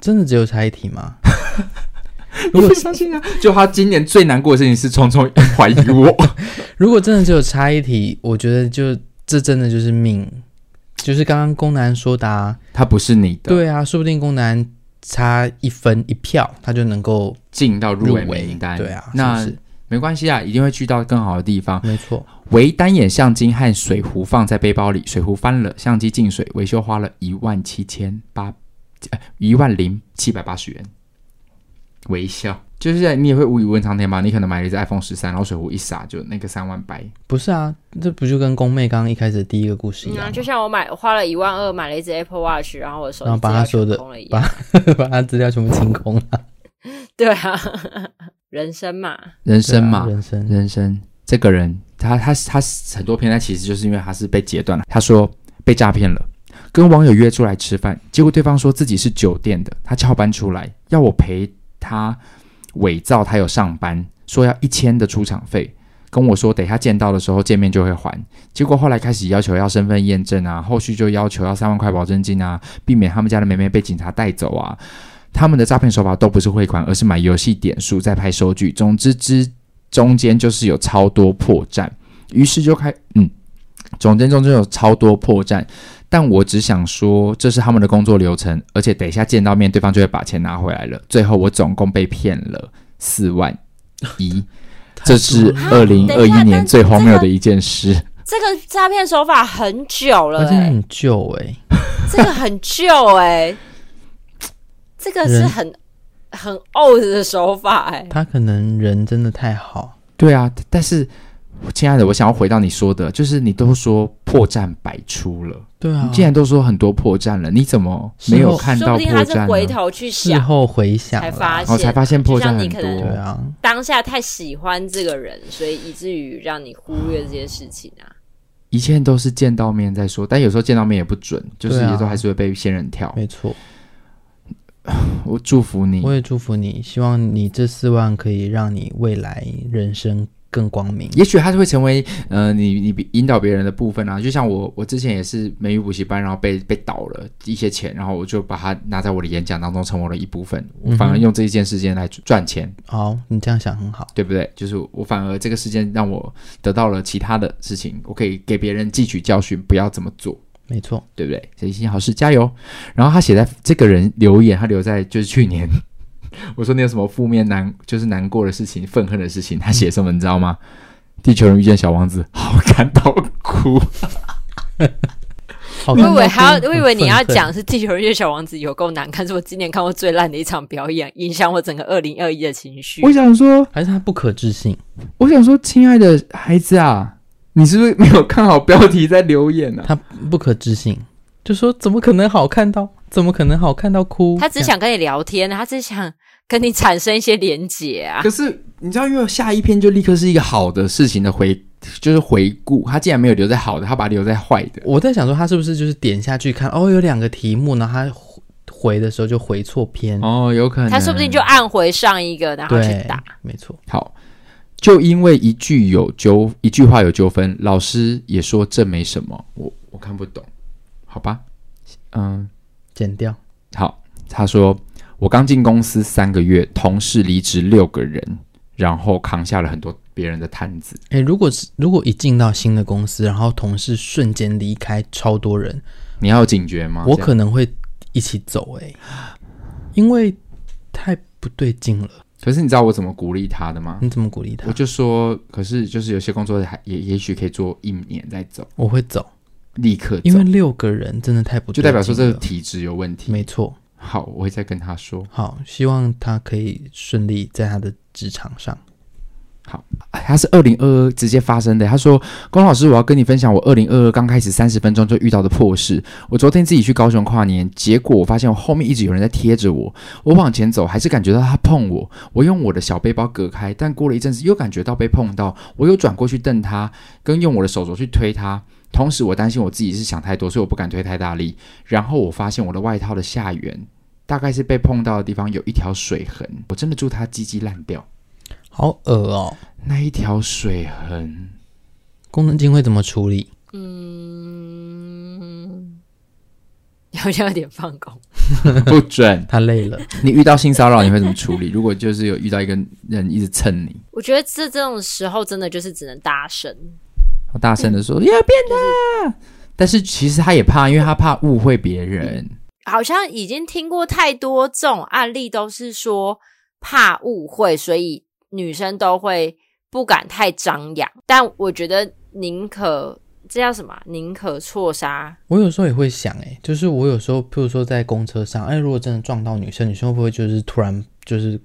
Speaker 3: 真的只有差一题吗？
Speaker 2: (laughs) 我不相信啊！就他今年最难过的事情是聪聪怀疑我，
Speaker 3: 如果真的只有差一题，我觉得就这真的就是命，就是刚刚宫南说的、啊，
Speaker 2: (laughs) 他不是你的，
Speaker 3: 对啊，说不定宫南差一分一票，他就能够
Speaker 2: 进到
Speaker 3: 入
Speaker 2: 入围名单，
Speaker 3: 对啊，
Speaker 2: 那
Speaker 3: 是不
Speaker 2: 没关系啊，一定会去到更好的地方。
Speaker 3: 是没错，
Speaker 2: 为单眼相机和水壶放在背包里，水壶翻了，相机进水，维修花了一万七千八，呃一万零七百八十元。微笑，就是你也会无语问苍天吧？你可能买了一只 iPhone 十三，然后水壶一洒，就那个三万白。
Speaker 3: 不是啊，这不就跟宫妹刚刚一开始的第一个故事一
Speaker 4: 嗯
Speaker 3: 样
Speaker 4: 啊，
Speaker 3: 吗？
Speaker 4: 就像我买花了一万二买了一只 Apple Watch，然后我手机
Speaker 3: 然后把它所有的
Speaker 4: 空了一样
Speaker 3: 把。
Speaker 2: 嗯
Speaker 3: 把他资料全部清空了，
Speaker 4: 对啊， (laughs) 人生嘛，
Speaker 2: 人生嘛，
Speaker 3: 对啊人生
Speaker 2: 人生这个人，他他他很多片段其实就是因为他是被截断了。他说被诈骗了，跟网友约出来吃饭，结果对方说自己是酒店的，他翘班出来，要我陪他伪造他有上班，说要一千的出场费。跟我说，等一下见到的时候见面就会还。结果后来开始要求要身份验证啊，后续就要求要三万块保证金啊，避免他们家的妹妹被警察带走啊。他们的诈骗手法都不是汇款，而是买游戏点数再拍收据。总之之中间就是有超多破绽，于是就开嗯，总间中间有超多破绽。但我只想说，这是他们的工作流程，而且等一下见到面，对方就会把钱拿回来了。最后我总共被骗了四万
Speaker 4: (laughs)
Speaker 2: 一，这是二零二一年最荒谬的一件事。
Speaker 4: 这个诈骗手法很久了、
Speaker 3: 而且
Speaker 4: 欸，
Speaker 3: 很旧哎、
Speaker 4: 这个很旧哎、
Speaker 3: (laughs)
Speaker 4: 这个是
Speaker 3: 人
Speaker 4: 很很 old 的手法哎、
Speaker 3: 他可能人真的太好，
Speaker 2: 对啊，但是亲爱的，我想要回到你说的，就是你都说破绽百出了，
Speaker 3: 对啊
Speaker 2: 你，既然都说很多破绽了，你怎么没有看
Speaker 4: 说
Speaker 2: 到
Speaker 4: 不
Speaker 2: 破
Speaker 4: 定他是
Speaker 3: 啊
Speaker 2: 绽
Speaker 4: 回
Speaker 2: 呢？
Speaker 4: 头去
Speaker 3: 事
Speaker 4: 想，
Speaker 3: 后回想
Speaker 4: 才
Speaker 3: 啦
Speaker 4: 发
Speaker 2: 哦，才发现破绽很
Speaker 4: 就像你可
Speaker 3: 对
Speaker 2: 多
Speaker 4: 能。
Speaker 3: 啊，
Speaker 4: 当下太喜欢这个人，所以以至于让你忽略这些事情啊。
Speaker 2: 一切都是见到面再说，但有时候见到面也不准，就是
Speaker 3: 对啊
Speaker 2: 也都还是会被仙人跳。
Speaker 3: 没错，
Speaker 2: 我祝福
Speaker 4: 嗯
Speaker 2: 你
Speaker 3: 我，也祝福你，希望你这四万可以让你未来人生更光明。
Speaker 2: 也许它是会成为呃你你引导别人的部分啊。就像我我之前也是美语补习班，然后被被倒了一些钱，然后我就把它拿在我的演讲当中成为了一部分，
Speaker 3: 嗯
Speaker 2: 我反而用这一件事件来赚钱，
Speaker 3: 好，你这样想很好，
Speaker 2: 对不对？就是我反而这个事件让我得到了其他的事情，我可以给别人汲取教训，不要这么做。
Speaker 3: 没错，
Speaker 2: 对不对？所以心好事加油。然后他写在这个人留言，他留在就是去年， (laughs) 我说你有什么负面难，就是难过的事情、愤恨的事情，他写什么你知道吗？地球人遇见小王子，好感到哭。
Speaker 3: 好
Speaker 4: 我以
Speaker 3: 看
Speaker 4: 为
Speaker 3: 到
Speaker 4: 还要，
Speaker 3: 真
Speaker 4: 我以
Speaker 3: 哦很
Speaker 4: 为你要
Speaker 3: 愤恨
Speaker 4: 讲是《地球人月小王子》有够难看，是我今年看过最烂的一场表演，影响我整个二零二一的情绪
Speaker 2: 我。想说，
Speaker 3: 还是他不可置信，
Speaker 2: 我想说，亲爱的孩子啊，你是不是没有看好标题在留言啊？
Speaker 3: 他不可置信，就说怎么可能好看到，怎么可能好看到哭？
Speaker 4: 他只想跟你聊天，他只想跟你产生一些连结啊。
Speaker 2: (laughs) 可是你知道，因为下一篇就立刻是一个好的事情的回，就是回顾，他竟然没有留在好的，他把它留在坏的。
Speaker 3: 我在想说，他是不是就是点下去看，哦，有两个题目，然后他回回的时候就回错篇，
Speaker 2: 哦，有可能
Speaker 4: 他说不定就按回上一个，然后去
Speaker 3: 对
Speaker 4: 打。，
Speaker 3: 没错，
Speaker 2: 好，就因为一句有纠一句话有纠纷，老师也说这没什么，我我看不懂，好吧，嗯，
Speaker 3: 剪掉，
Speaker 2: 好，他说我刚进公司三个月，同事离职六个人，然后扛下了很多别人的摊子，
Speaker 3: 诶，如果是如果一进到新的公司，然后同事瞬间离开超多人，
Speaker 2: 你要有警觉吗？
Speaker 3: 我
Speaker 2: 这样
Speaker 3: 可能会一起走、诶，因为太不对劲了。
Speaker 2: 可是你知道我怎么鼓励他的吗？
Speaker 3: 你怎么鼓励他
Speaker 2: 我？就说，可是就是有些工作还也也许可以做一年再走，
Speaker 3: 我会走，
Speaker 2: 立刻走，
Speaker 3: 因为六个人真的太不对
Speaker 2: 就
Speaker 3: 劲
Speaker 2: 代表说这个
Speaker 3: 了
Speaker 2: 体质有问题。
Speaker 3: 没错。
Speaker 2: 好，我会再跟他说。
Speaker 3: 好，希望他可以顺利在他的职场上。
Speaker 2: 哎他是二零二二直接发生的。他说：“龚老师，我要跟你分享我二零二二刚开始三十分钟就遇到的破事。我昨天自己去高雄跨年，结果我发现我后面一直有人在贴着我，我往前走还是感觉到他碰我。我用我的小背包隔开，但过了一阵子又感觉到被碰到，我又转过去瞪他，跟用我的手肘去推他。”同时，我担心我自己是想太多，所以我不敢推太大力。然后我发现我的外套的下缘，大概是被碰到的地方有一条水痕。我真的祝他鸡鸡烂掉，
Speaker 3: 好恶哦、
Speaker 2: 那一条水痕。
Speaker 3: 功能镜会怎么处理？
Speaker 4: 嗯， (laughs) 好像有点放空。
Speaker 2: (laughs) 不准。
Speaker 3: 他
Speaker 2: (laughs)
Speaker 3: 累了，
Speaker 2: 你遇到性骚扰，你会怎么处理？如 (laughs) 果就是有遇到一个人一直蹭你，
Speaker 4: 我觉得这这种时候真的就是只能搭讪，
Speaker 2: 大声的说“要变的”，但是其实他也怕，因为他怕误会别人。
Speaker 4: 好像已经听过太多这种案例，都是说怕误会，所以女生都会不敢太张扬。但我觉得宁可这叫什么啊？宁可错杀。
Speaker 3: 我有时候也会想、哎，就是我有时候，譬如说在公车上，哎、如果真的撞到女生，女生会不会就是突然就是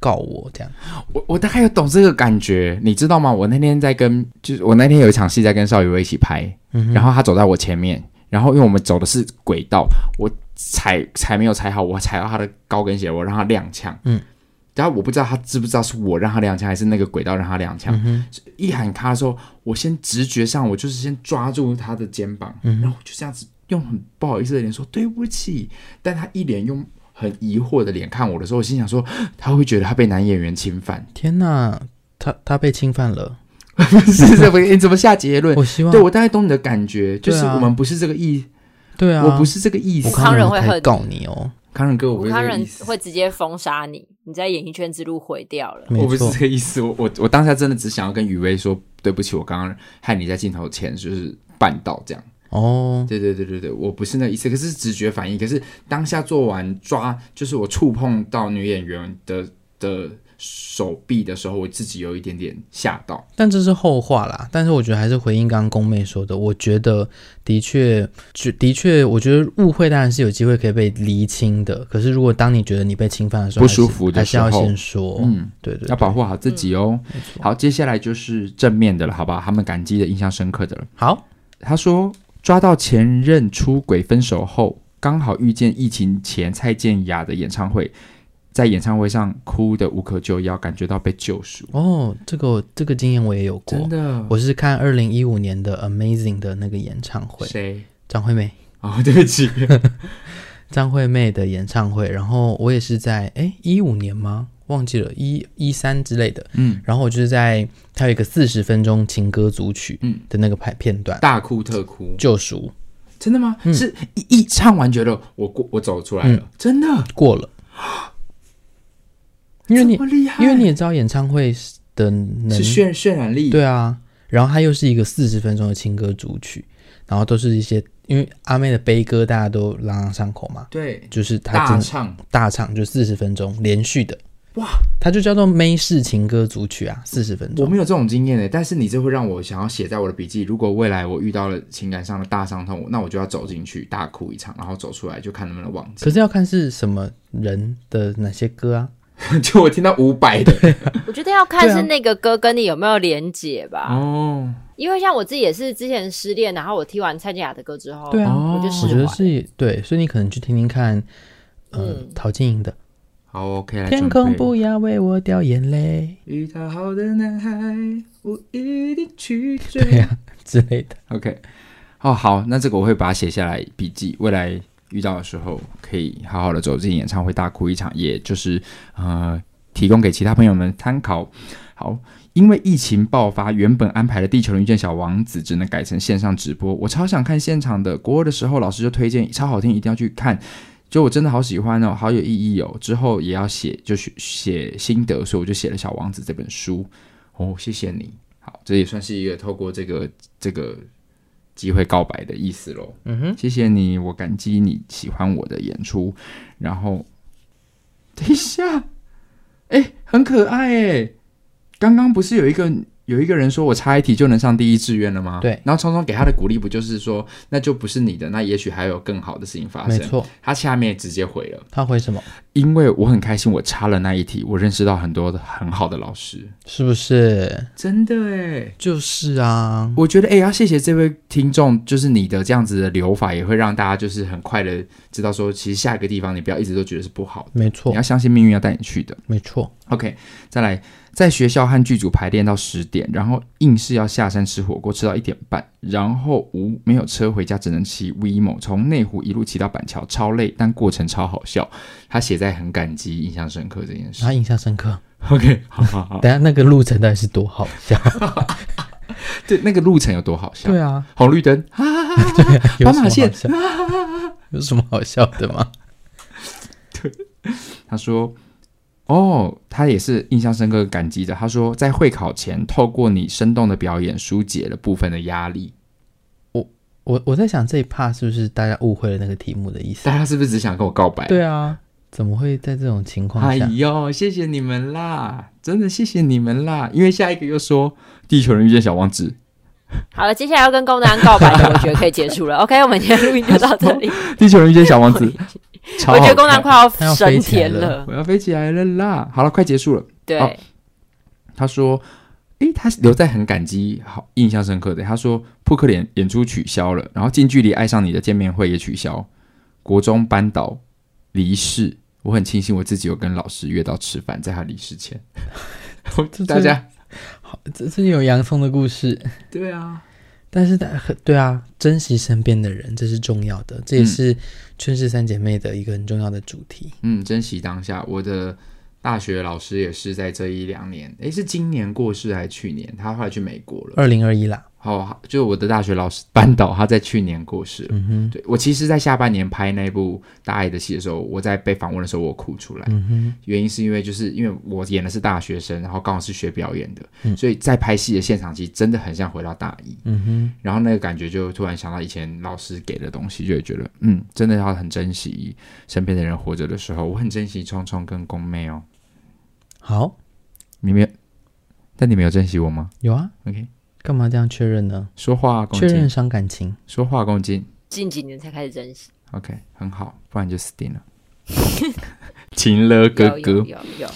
Speaker 3: 告我这样？
Speaker 2: 我我大概有懂这个感觉，你知道吗？我那天在跟，就是我那天有一场戏在跟邵雨薇一起拍，然后他走在我前面，然后因为我们走的是轨道，我踩踩没有踩好，我踩到他的高跟鞋，我让他踉跄，嗯
Speaker 3: 嗯，
Speaker 2: 然后我不知道他知不知道是我让他踉跄，还是那个轨道让他踉跄，一喊他的时候，我先直觉上我就是先抓住他的肩膀，然后我就这样子用很不好意思的脸说对不起，但他一脸用。很疑惑的脸看我的时候，我心想说，他会觉得他被男演员侵犯，
Speaker 3: 天哪，他他被侵犯了， (laughs)
Speaker 2: 不是这不，你怎么下结论？
Speaker 3: 我希望
Speaker 2: 对我大概懂你的感觉，就是
Speaker 3: 对啊
Speaker 2: 我们不是这个意，
Speaker 3: 对啊，
Speaker 2: 我不，是这个意
Speaker 3: 我
Speaker 2: 思。
Speaker 4: 康
Speaker 3: 看
Speaker 4: 仁
Speaker 3: 人
Speaker 4: 会
Speaker 3: 可以
Speaker 4: 恨你
Speaker 3: 告你哦，
Speaker 2: 康仁哥，我不是
Speaker 4: 他
Speaker 2: 这个
Speaker 4: 人
Speaker 2: 意思，
Speaker 4: 会直接封杀你，你在演艺圈之路毁掉了。
Speaker 2: 我
Speaker 3: 没
Speaker 2: 不是
Speaker 3: 错
Speaker 2: 这，个意思。我我我当下真的只想要跟雨薇说对不起，我刚刚害你在镜头前就是绊到这样。
Speaker 3: 哦，
Speaker 2: 对对对对对，我不是那意思，可是直觉反应，可是当下做完抓，就是我触碰到女演员的的手臂的时候，我自己有一点点吓到。
Speaker 3: 但这是后话啦。但是我觉得还是回应刚刚宫妹说的，我觉得的确，就的确，我觉得误会当然是有机会可以被厘清的。可是如果当你觉得你被侵犯的时候，
Speaker 2: 不舒服的
Speaker 3: 还是
Speaker 2: 时候
Speaker 3: 还是要先说，
Speaker 2: 嗯，
Speaker 3: 对哦对对，
Speaker 2: 要保护好自己哦。
Speaker 3: 没错
Speaker 2: 好，接下来就是正面的了，好不好？他们感激的、印象深刻的了。
Speaker 3: 好，
Speaker 2: 他说，抓到前任出轨分手后，刚好遇见疫情前蔡健雅的演唱会，在演唱会上哭的无可救药，感觉到被救赎。
Speaker 3: 哦，这个这个经验我也有过，
Speaker 2: 真的，
Speaker 3: 我是看二零一五年的 Amazing 的那个演唱会，
Speaker 2: 谁？
Speaker 3: 张惠妹。
Speaker 2: 哦，对不起，
Speaker 3: 张惠妹的演唱会，然后我也是在哎一五年吗？忘记了，一一三之类的。
Speaker 2: 嗯，
Speaker 3: 然后我就是在它有一个四十分钟情歌组曲
Speaker 2: 嗯
Speaker 3: 的那个拍片段，
Speaker 2: 大哭特哭，嗯
Speaker 3: 救赎
Speaker 2: 真的吗？是一一唱完觉得我过我走出来了，真的，(gasps)
Speaker 3: 过了，因为你
Speaker 2: 这么厉害，
Speaker 3: 因为你也知道演唱会的能
Speaker 2: 是渲渲染力，
Speaker 3: 对啊，然后它又是一个四十分钟的情歌组曲，然后都是一些因为阿妹的悲歌大家都朗朗上口嘛，
Speaker 2: 对，
Speaker 3: 就是她
Speaker 2: 大
Speaker 3: 真
Speaker 2: 唱，
Speaker 3: 大唱就四十分钟连续的，
Speaker 2: 哇，
Speaker 3: 它就叫做妹式情歌组曲啊，四十分
Speaker 2: 我
Speaker 3: 钟。
Speaker 2: 没有这种经验诶，欸但是你这会让我想要写在我的笔记。如果未来我遇到了情感上的大伤痛，那我就要走进去大哭一场，然后走出来就看能不能忘记。
Speaker 3: 可是要看是什么人的哪些歌啊，
Speaker 2: (laughs) 就我听到五百的
Speaker 4: 我觉得要看
Speaker 3: 对啊嗯
Speaker 4: 是那个歌跟你有没有连结
Speaker 2: (laughs)
Speaker 4: 吧，
Speaker 2: 哦，
Speaker 4: 因为像我自己也是之前失恋，然后我听完蔡健雅的歌之后，
Speaker 3: 对啊
Speaker 4: 我就
Speaker 3: 我
Speaker 4: 释
Speaker 3: 觉得
Speaker 4: 怀。
Speaker 3: 是对，所以你可能去听听看，呃，
Speaker 4: 嗯
Speaker 3: 陶晶莹的
Speaker 2: 好 OK 来
Speaker 3: 《
Speaker 2: 准备
Speaker 3: 天空不要为我掉眼泪
Speaker 2: 遇到好的男孩，我一定去》追。
Speaker 3: 对啊之类的。
Speaker 2: OK，哦，好，那这个我会把它写下来笔记，未来遇到的时候可以好好的走进演唱会大哭一场，也就是呃，提供给其他朋友们参考。好，因为疫情爆发，原本安排的《地球人遇见小王子》只能改成线上直播，我超想看现场的。国二的时候，老师就推荐超好听，一定要去看。就我真的好喜欢哦，好有意义哦。之后也要写，就写写心得，所以我就写了《小王子》这本书。哦，谢谢你。好，这也算是一个透过这个这个机会告白的意思喽。
Speaker 3: 嗯哼，
Speaker 2: 谢谢你，我感激你喜欢我的演出。然后，等一下，哎、很可爱哎、刚刚不是有一个有一个人说我差一题就能上第一志愿了吗？
Speaker 3: 对
Speaker 2: 然后聪聪给他的鼓励不就是说，那就不是你的，那也许还有更好的事情发
Speaker 3: 没
Speaker 2: 生。
Speaker 3: 错。
Speaker 2: 他下面也直接回了，
Speaker 3: 他回什么？
Speaker 2: 因为我很开心我差了那一题，我认识到很多的很好的老师，
Speaker 3: 是不是？
Speaker 2: 真的哎。
Speaker 3: 就是啊，
Speaker 2: 我觉得，哎、要谢谢这位听众，就是你的这样子的留法，也会让大家就是很快的知道说，其实下一个地方你不要一直都觉得是不好的，
Speaker 3: 没
Speaker 2: 你
Speaker 3: 错
Speaker 2: 要，相信命运要带你去的。
Speaker 3: 没错。
Speaker 2: OK，再来，在学校和剧组排练到十点，然后硬是要下山吃火锅，吃到一点半，然后无没有车回家，只能骑 WeMo，从内湖一路骑到板桥，超累，但过程超好笑。他写在很感激、印象深刻这件事
Speaker 3: 他。印象深刻。
Speaker 2: OK，好好好，
Speaker 3: 等一下那个路程到底是多好笑？
Speaker 2: 对，那个路程有多好笑？
Speaker 3: 对啊，
Speaker 2: 红绿灯，
Speaker 3: 对啊，有
Speaker 2: 斑
Speaker 3: 什么
Speaker 2: 马
Speaker 3: 好
Speaker 2: 线
Speaker 3: 笑？有什么好笑的吗？
Speaker 2: 他说：“哦，他也是印象深刻、感激的。”他说，在会考前，透过你生动的表演，疏解了部分的压力。
Speaker 3: 我我在想这一趴是不是大家误会了那个题目的意思？
Speaker 2: 大家是不是只想跟我告白？
Speaker 3: 对啊，怎么会在这种情况
Speaker 2: 哎
Speaker 3: 下？
Speaker 2: 呦，谢谢你们啦，真的谢谢你们啦！因为下一个又说《地球人遇见小王子
Speaker 4: 好了，接下来要跟工男告白的，我觉得可以结束了。OK，我们今天录音就到这里。》，
Speaker 2: 《地球人遇见小王子》超
Speaker 4: (laughs) 我
Speaker 2: 好看
Speaker 4: 觉得工男快要
Speaker 3: 他要飞
Speaker 4: 升
Speaker 3: 起来
Speaker 4: 天
Speaker 3: 了哦
Speaker 4: 了。
Speaker 2: 我要飞起来了啦！好了，快结束了。
Speaker 4: 对，
Speaker 2: 好他说：“诶，他留在很感激，好印象深刻的。他说，扑克脸演出取消了，然后近距离爱上你的见面会也取消，国中班导离世，我很庆幸我自己有跟老师约到吃饭，在他离世前。 (laughs) 我 (laughs)
Speaker 3: 这
Speaker 2: 大家
Speaker 3: 这是有洋葱的故事，
Speaker 2: 对啊，
Speaker 3: 但是大对啊，珍惜身边的人，这是重要的，
Speaker 2: 嗯
Speaker 3: 这也是《圈氏三姐妹》的一个很重要的主题。
Speaker 2: 嗯，珍惜当下。我的大学老师也是在这一两年，诶，是今年过世还是去年？他后来去美国了。
Speaker 3: 二零二一啦，
Speaker 2: 哦，就我的大学老师班导，他在去年过世了。
Speaker 3: 嗯哼，
Speaker 2: 对我其实，在下半年拍那部大爱的戏的时候，我在被访问的时候，我哭出来。
Speaker 3: 嗯哼，
Speaker 2: 原因是因为就是因为我演的是大学生，然后刚好是学表演的，所以在拍戏的现场，其实真的很像回到大一。
Speaker 3: 嗯哼，
Speaker 2: 然后那个感觉就突然想到以前老师给的东西，就会觉得嗯，真的要很珍惜身边的人活着的时候。我很珍惜聪聪跟宫妹哦，
Speaker 3: 好，
Speaker 2: 你们有，但你们有珍惜我吗
Speaker 3: 有啊，
Speaker 2: ？OK，
Speaker 3: 干嘛这样确认呢？
Speaker 2: 说话啊公
Speaker 3: 确认
Speaker 2: 斤，
Speaker 3: 伤感情，
Speaker 2: 说话公斤
Speaker 4: 近几年才开始珍惜。
Speaker 2: ，OK，很好，不然就死定了。 (laughs) 情了哥
Speaker 4: 有有
Speaker 2: 哥，
Speaker 4: 有有，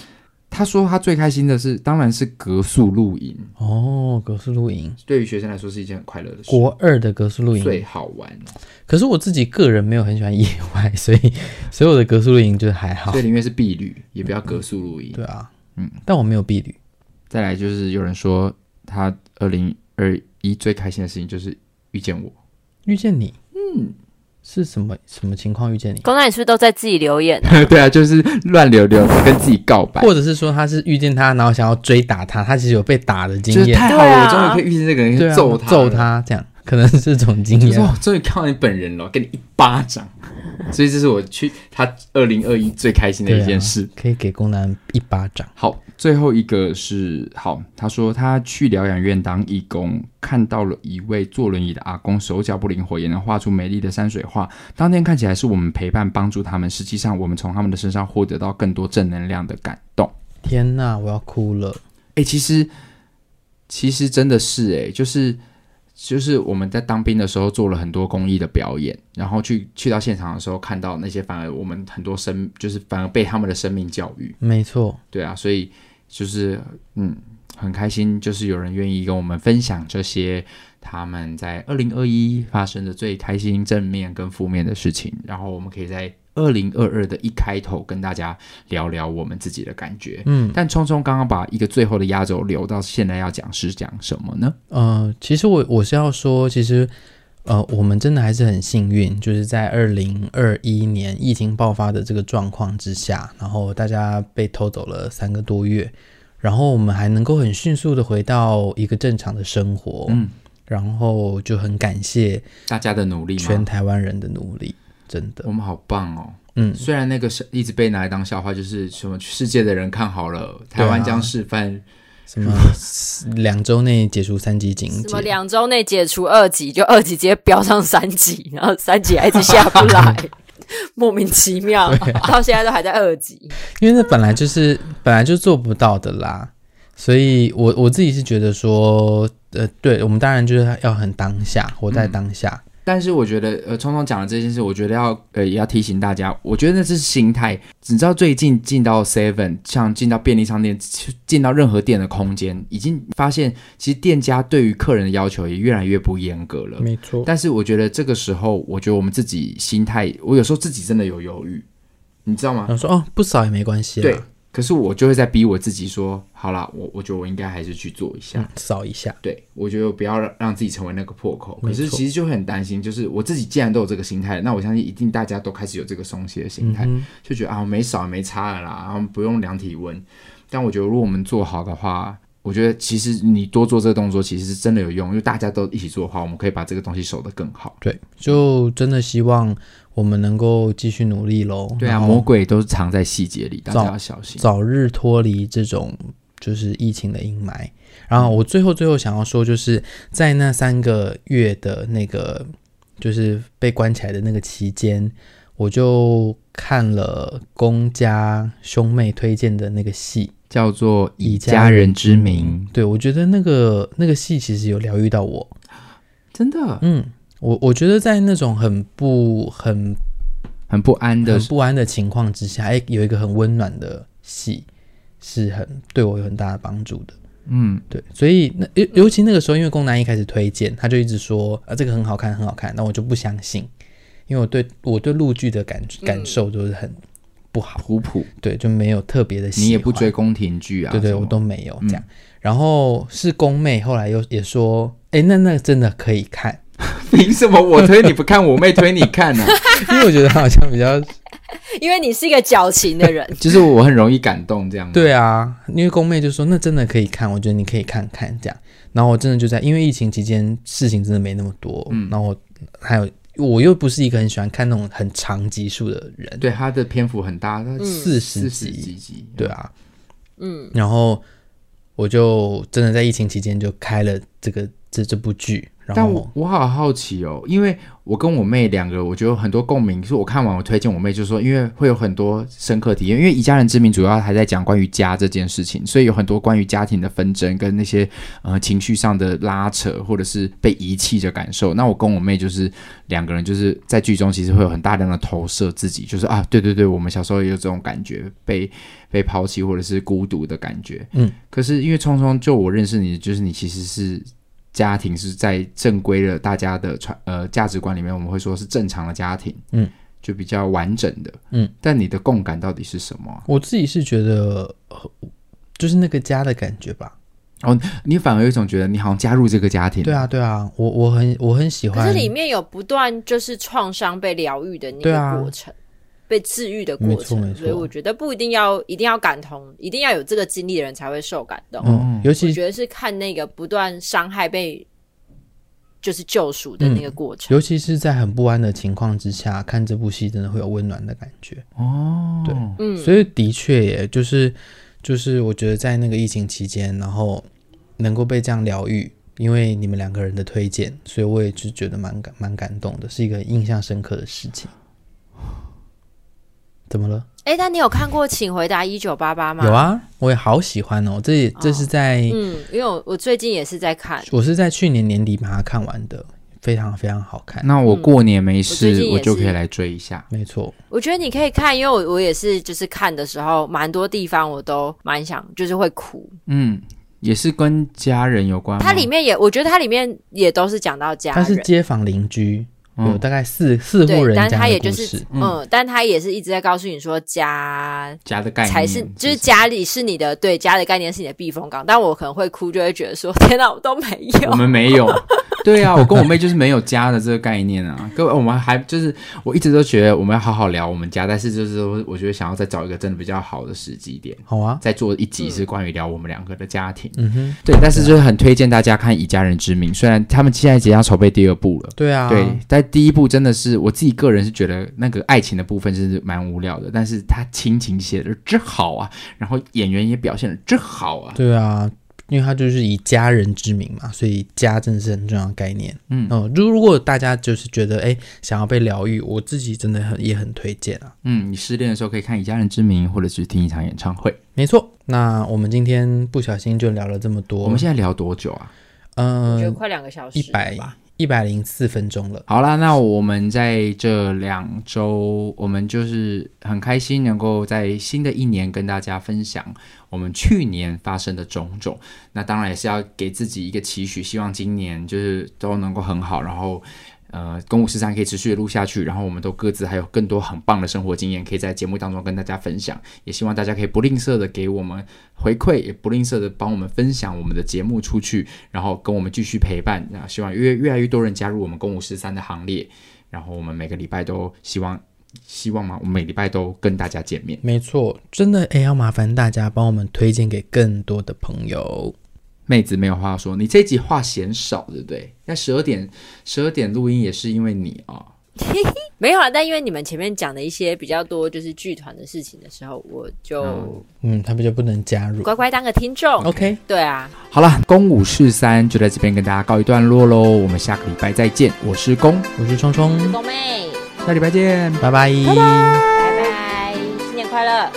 Speaker 2: 他说他最开心的是，当然是格数露营，
Speaker 3: 哦，格式露营，
Speaker 2: 对于学生来说是一件很快乐的事，
Speaker 3: 国二的格式露
Speaker 2: 最
Speaker 3: 营，
Speaker 2: 好玩。
Speaker 3: 可是我自己个人没有很喜欢野外， (laughs) 所以所有的格式露营就是还好
Speaker 2: 所以，里面是避旅，也不要格数露营。
Speaker 3: 对啊，
Speaker 2: 嗯，
Speaker 3: 但我没有避旅，
Speaker 2: 再来就是有人说他二零二一最开心的事情就是遇见我， (laughs)
Speaker 3: 遇见你，嗯，是什么什么情况遇见你？
Speaker 4: 公仔，你是不是都在自己留言啊？
Speaker 2: 对啊，就是乱流流跟自己告白，
Speaker 3: 或者是说他是遇见他，然后想要追打他，他其实有被打的经
Speaker 2: 就是
Speaker 3: 验，
Speaker 2: 太好了，
Speaker 4: 对啊
Speaker 2: 我终于可以遇见这个人，
Speaker 3: 对啊，
Speaker 2: 揍他，
Speaker 3: 揍，他这样，可能是这种经
Speaker 2: 就是
Speaker 3: 验。
Speaker 2: 哦终于看到你本人了，给你一巴掌。所以这是我去他二零二一最开心的一件事。
Speaker 3: 可以给宫男一巴掌。
Speaker 2: 好，最后一个是好，他说他去疗养院当义工，看到了一位坐轮椅的阿公，手脚不灵活也能画出美丽的山水画。当天看起来是我们陪伴帮助他们，实际上我们从他们的身上获得到更多正能量的感动。
Speaker 3: 天呐，我要哭了。
Speaker 2: 哎、其实其实真的是哎、就是就是我们在当兵的时候做了很多公益的表演，然后去去到现场的时候看到那些，反而我们很多生就是反而被他们的生命教育。
Speaker 3: 没错，
Speaker 2: 对啊，所以就是嗯，很开心，就是有人愿意跟我们分享这些他们在二零二一发生的最开心、正面跟负面的事情，然后我们可以在二零二二的一开头跟大家聊聊我们自己的感觉。
Speaker 3: 嗯
Speaker 2: 但聪聪刚刚把一个最后的压轴留到现在要讲是讲什么呢？
Speaker 3: 呃，其实我我是要说，其实呃，我们真的还是很幸运，就是在二零二一年疫情爆发的这个状况之下，然后大家被偷走了三个多月，然后我们还能够很迅速的回到一个正常的生活，
Speaker 2: 嗯，
Speaker 3: 然后就很感谢
Speaker 2: 大家的努力
Speaker 3: 全
Speaker 2: 吗？
Speaker 3: 台湾人的努力，真的
Speaker 2: 我，们好棒哦！
Speaker 3: 嗯，
Speaker 2: 虽然那个是一直被拿来当笑话，就是什么世界的人看好了，
Speaker 3: 对
Speaker 2: 台
Speaker 3: 啊
Speaker 2: 湾将示范
Speaker 3: 什么两周内解除三级警戒，
Speaker 4: 什么两周内解除二级，就二级直接飙上三级， (laughs) 然后三级还一直下不
Speaker 3: (laughs)
Speaker 4: 来，莫名其妙，到现在都还在二级。
Speaker 3: 因为那本来就是本来就做不到的啦，所以我我自己是觉得说，呃，对我们当然就是要很当下，活在当下，
Speaker 2: 但是我觉得，呃，聪聪讲的这件事，我觉得要呃也要提醒大家，我觉得那是心态。你知道最近进到 Seven，像进到便利商店，去进到任何店的空间，已经发现其实店家对于客人的要求也越来越不严格了。
Speaker 3: 没错，
Speaker 2: 但是我觉得这个时候，我觉得我们自己心态，我有时候自己真的有犹豫，你知道吗
Speaker 3: 然？后说哦，不扫也没关系啦，嗯
Speaker 2: 对。可是我就会在逼我自己说，好啦，我我觉得我应该还是去做一下。
Speaker 3: 嗯，扫一下，
Speaker 2: 对，我觉得不要让让自己成为那个破口。可
Speaker 3: 没
Speaker 2: 是
Speaker 3: 错
Speaker 2: 其实就很担心，就是我自己既然都有这个心态了，那我相信一定大家都开始有这个松懈的心态，
Speaker 3: 嗯
Speaker 2: 就觉得啊没少没差了啦，然后不用量体温。但我觉得如果我们做好的话，我觉得其实你多做这个动作其实是真的有用，因为大家都一起做的话，我们可以把这个东西守得更好。
Speaker 3: 对，就真的希望我们能够继续努力喽，
Speaker 2: 对啊，
Speaker 3: 然后
Speaker 2: 魔鬼都是藏在细节里，大家
Speaker 3: 造
Speaker 2: 要小心。
Speaker 3: 早日脱离这种就是疫情的阴霾。然后我最后最后想要说，就是在那三个月的那个就是被关起来的那个期间，我就看了公家兄妹推荐的那个戏，
Speaker 2: 叫做
Speaker 3: 以
Speaker 2: 以
Speaker 3: 家
Speaker 2: 家
Speaker 3: 人
Speaker 2: 人之名，
Speaker 3: 对我觉得那个那个戏其实有疗愈到我。
Speaker 2: 真的
Speaker 3: 嗯，我我觉得在那种很不很
Speaker 2: 很不安的
Speaker 3: 很不安的情况之下，哎，有一个很温暖的戏，是很对我有很大的帮助的。
Speaker 2: 嗯，
Speaker 3: 对，所以那尤尤其那个时候，因为宫南一开始推荐，他就一直说啊这个很好看，很好看，那我就不相信，因为我对我对陆剧的感感受都是很不好，
Speaker 2: 普普，
Speaker 3: 对，就没有特别的喜欢。
Speaker 2: 你也不追宫廷剧啊？
Speaker 3: 对对，
Speaker 2: 什么
Speaker 3: 我都没有
Speaker 2: 嗯
Speaker 3: 这样。然后是宫妹，后来又也说，哎，那那真的可以看， (laughs)
Speaker 2: (laughs) 凭什么我推你不看，我妹推你看呢、。
Speaker 3: 因为我觉得好像比较
Speaker 4: 因为你是一个矫情
Speaker 3: (laughs)
Speaker 4: 的人
Speaker 2: 就是我很容易感动这样吗。
Speaker 3: 对啊，因为宫妹就说那真的可以看，我觉得你可以看看这样。然后我真的就在，因为疫情期间事情真的没那么多，嗯，然后我还有我又不是一个很喜欢看那种很长集数的人，
Speaker 2: 对，它的篇幅很大，它
Speaker 3: 四
Speaker 2: 四
Speaker 3: 十
Speaker 2: 十几
Speaker 3: 集，
Speaker 2: 集，
Speaker 3: 对啊，嗯，然后我就真的在疫情期间就开了这个这这部剧，然
Speaker 2: 但
Speaker 3: 后
Speaker 2: 我我好好奇哦，因为我跟我妹两个，我觉得有很多共鸣，是我看完我推荐我妹，就说因为会有很多深刻体验，因为以家人之名主要还在讲关于家这件事情，所以有很多关于家庭的纷争跟那些呃情绪上的拉扯，或者是被遗弃的感受。那我跟我妹就是两个人就是在剧中其实会有很大量的投射自己，就是啊，对对对，我们小时候也有这种感觉，被被抛弃或者是孤独的感觉。
Speaker 3: 嗯，
Speaker 2: 可是因为聪聪，就我认识你，就是你其实是家庭是在正规的大家的传呃价值观里面，我们会说是正常的家庭，
Speaker 3: 嗯，
Speaker 2: 就比较完整的，
Speaker 3: 嗯。
Speaker 2: 但你的共感到底是什么啊、
Speaker 3: 我自己是觉得呃就是那个家的感觉吧，
Speaker 2: 你反而有一种觉得你好像加入这个家庭，
Speaker 3: 对啊，对啊，我我很我很喜
Speaker 4: 可
Speaker 3: 欢，
Speaker 4: 是里面有不断就是创伤被疗愈的那
Speaker 3: 对啊
Speaker 4: 个过程，被治愈的
Speaker 3: 没
Speaker 4: 过
Speaker 3: 错没
Speaker 4: 程，
Speaker 3: 错
Speaker 4: 所以我觉得不一定要一定要感同，一定要有这个经历的人才会受感动。
Speaker 3: 嗯，尤
Speaker 4: 我
Speaker 3: 其
Speaker 4: 觉得是看那个不断伤害被就是救赎的那个过程。
Speaker 3: 尤其是在很不安的情况之下，看这部戏真的会有温暖的感觉。
Speaker 2: 哦，
Speaker 3: 对
Speaker 4: 嗯，
Speaker 3: 所以的确耶，就是就是，我觉得在那个疫情期间，然后能够被这样疗愈，因为你们两个人的推荐，所以我也就觉得蛮感蛮感动的，是一个印象深刻的事情。怎么了？
Speaker 4: 哎、但你有看过《请回答一九八八》吗？
Speaker 3: 有，啊，哦我也好喜欢哦。这也这是在、
Speaker 4: 嗯，因为我我最近也是在看，
Speaker 3: 我是在去年年底把它看完的，非常非常好看。
Speaker 2: 那我过年没
Speaker 4: 嗯我最
Speaker 2: 事，
Speaker 4: 近也
Speaker 2: 我就可以
Speaker 4: 是
Speaker 2: 来追一下。
Speaker 3: 没错，
Speaker 4: 我觉得你可以看，因为我我也是就是看的时候，蛮多地方我都蛮想就是会哭。
Speaker 2: 嗯，也是跟家人有关吗。
Speaker 4: 它里面也，我觉得它里面也都是讲到家
Speaker 3: 它是
Speaker 4: 人。
Speaker 3: 街坊邻居，有
Speaker 2: 嗯
Speaker 3: 大概四四户
Speaker 4: 对，
Speaker 3: 人
Speaker 4: 但
Speaker 3: 家
Speaker 4: 他
Speaker 3: 的
Speaker 4: 也
Speaker 3: 故
Speaker 4: 就是
Speaker 3: 事，，
Speaker 2: 嗯
Speaker 4: 嗯，但他也是一直在告诉你说家
Speaker 2: 家的概念
Speaker 4: 才是，就是
Speaker 2: 不
Speaker 4: 家里是你的，对，家的概念是你的避风港。但我可能会哭，就会觉得说，天哪，我都没有
Speaker 2: 我。们没有。 (laughs) 对啊，我跟我妹就是没有家的这个概念啊。各位，我们还就是我一直都觉得我们要好好聊我们家，但是就是说我觉得想要再找一个真的比较好的时机点，
Speaker 3: 好啊。
Speaker 2: 再做一集是关于聊我们两个的家庭。
Speaker 3: 嗯哼，
Speaker 2: 对，但是就是很推荐大家看《以家人之名》，虽然他们现在即将筹备第二部了。
Speaker 3: 对啊，
Speaker 2: 对，但第一部真的是我自己个人是觉得那个爱情的部分是蛮无聊的，但是他亲情写的之好啊，然后演员也表现的之好啊，
Speaker 3: 对啊，因为它就是以家人之名嘛，所以家真的是很重要的概念。
Speaker 2: 嗯
Speaker 3: 哦，如、如果大家就是觉得哎、想要被疗愈，我自己真的很也很推荐啊。
Speaker 2: 嗯，你失恋的时候可以看《以家人之名》，或者是听一场演唱会。
Speaker 3: 没错，那我们今天不小心就聊了这么多，
Speaker 2: 我们现在聊多久啊？
Speaker 4: 我觉得
Speaker 3: 嗯
Speaker 4: 快两个小时
Speaker 3: 一
Speaker 4: 了
Speaker 3: 百
Speaker 4: 吧。
Speaker 3: 一百零四分钟了。
Speaker 2: 好啦，那我们在这两周，我们就是很开心能够在新的一年跟大家分享我们去年发生的种种。那当然也是要给自己一个期许，希望今年就是都能够很好，然后。呃，公五十三可以持续的录下去，然后我们都各自还有更多很棒的生活经验，可以在节目当中跟大家分享。也希望大家可以不吝啬的给我们回馈，也不吝啬的帮我们分享我们的节目出去，然后跟我们继续陪伴。那希望越越来越多人加入我们公五十三的行列，然后我们每个礼拜都希望希望嘛，我们每礼拜都跟大家见面。
Speaker 3: 没错，真的哎、要麻烦大家帮我们推荐给更多的朋友。
Speaker 2: 妹子没有话说，你这一集话嫌少，对不对？那十二点十二点录音也是因为你啊、
Speaker 4: 没有啊，但因为你们前面讲的一些比较多就是剧团的事情的时候，我就
Speaker 3: 嗯，他们就不能加入。
Speaker 4: 乖乖当个听众。
Speaker 3: OK，
Speaker 4: 对啊，
Speaker 2: 好了，公五是三就在这边跟大家告一段落喽，我们下个礼拜再见。我是公，
Speaker 3: 我是冲冲，
Speaker 4: 冬妹，
Speaker 2: 下礼拜见，
Speaker 3: 拜拜，
Speaker 4: 拜拜，新年快乐。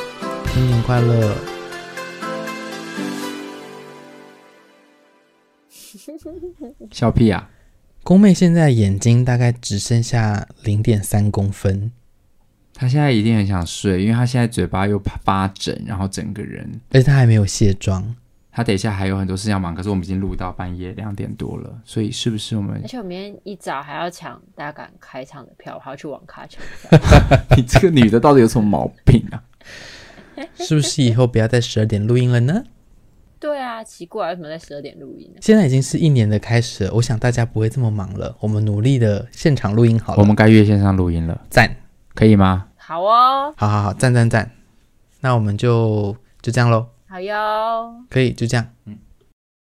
Speaker 3: 新年嗯快乐。
Speaker 2: 笑屁啊！
Speaker 3: 宫妹现在眼睛大概只剩下零点三公分，
Speaker 2: 他现在一定很想睡，因为他现在嘴巴又发发疹，然后整个人
Speaker 3: 而且她还没有卸妆。
Speaker 2: 他等一下还有很多事要忙，可是我们已经录到半夜两点多了，所以是不是我 (laughs) 们
Speaker 4: 而且我明天一早还要抢大港开场的票，我还要去网咖抢票。
Speaker 2: 你这个女的到底有什么毛病啊？
Speaker 3: 是不是以后不要在十二点录音了呢？
Speaker 4: 对啊，奇怪，为什么在十二点录音呢？
Speaker 3: 现在已经是一年的开始了，我想大家不会这么忙了。我们努力的现场录音好了，
Speaker 2: 我们该约线上录音了，
Speaker 3: 赞。
Speaker 2: 可以吗？
Speaker 4: 好哦，
Speaker 3: 好好好，赞赞赞，那我们就就这样喽，
Speaker 4: 好哟，
Speaker 3: 可以就这样，
Speaker 2: 嗯，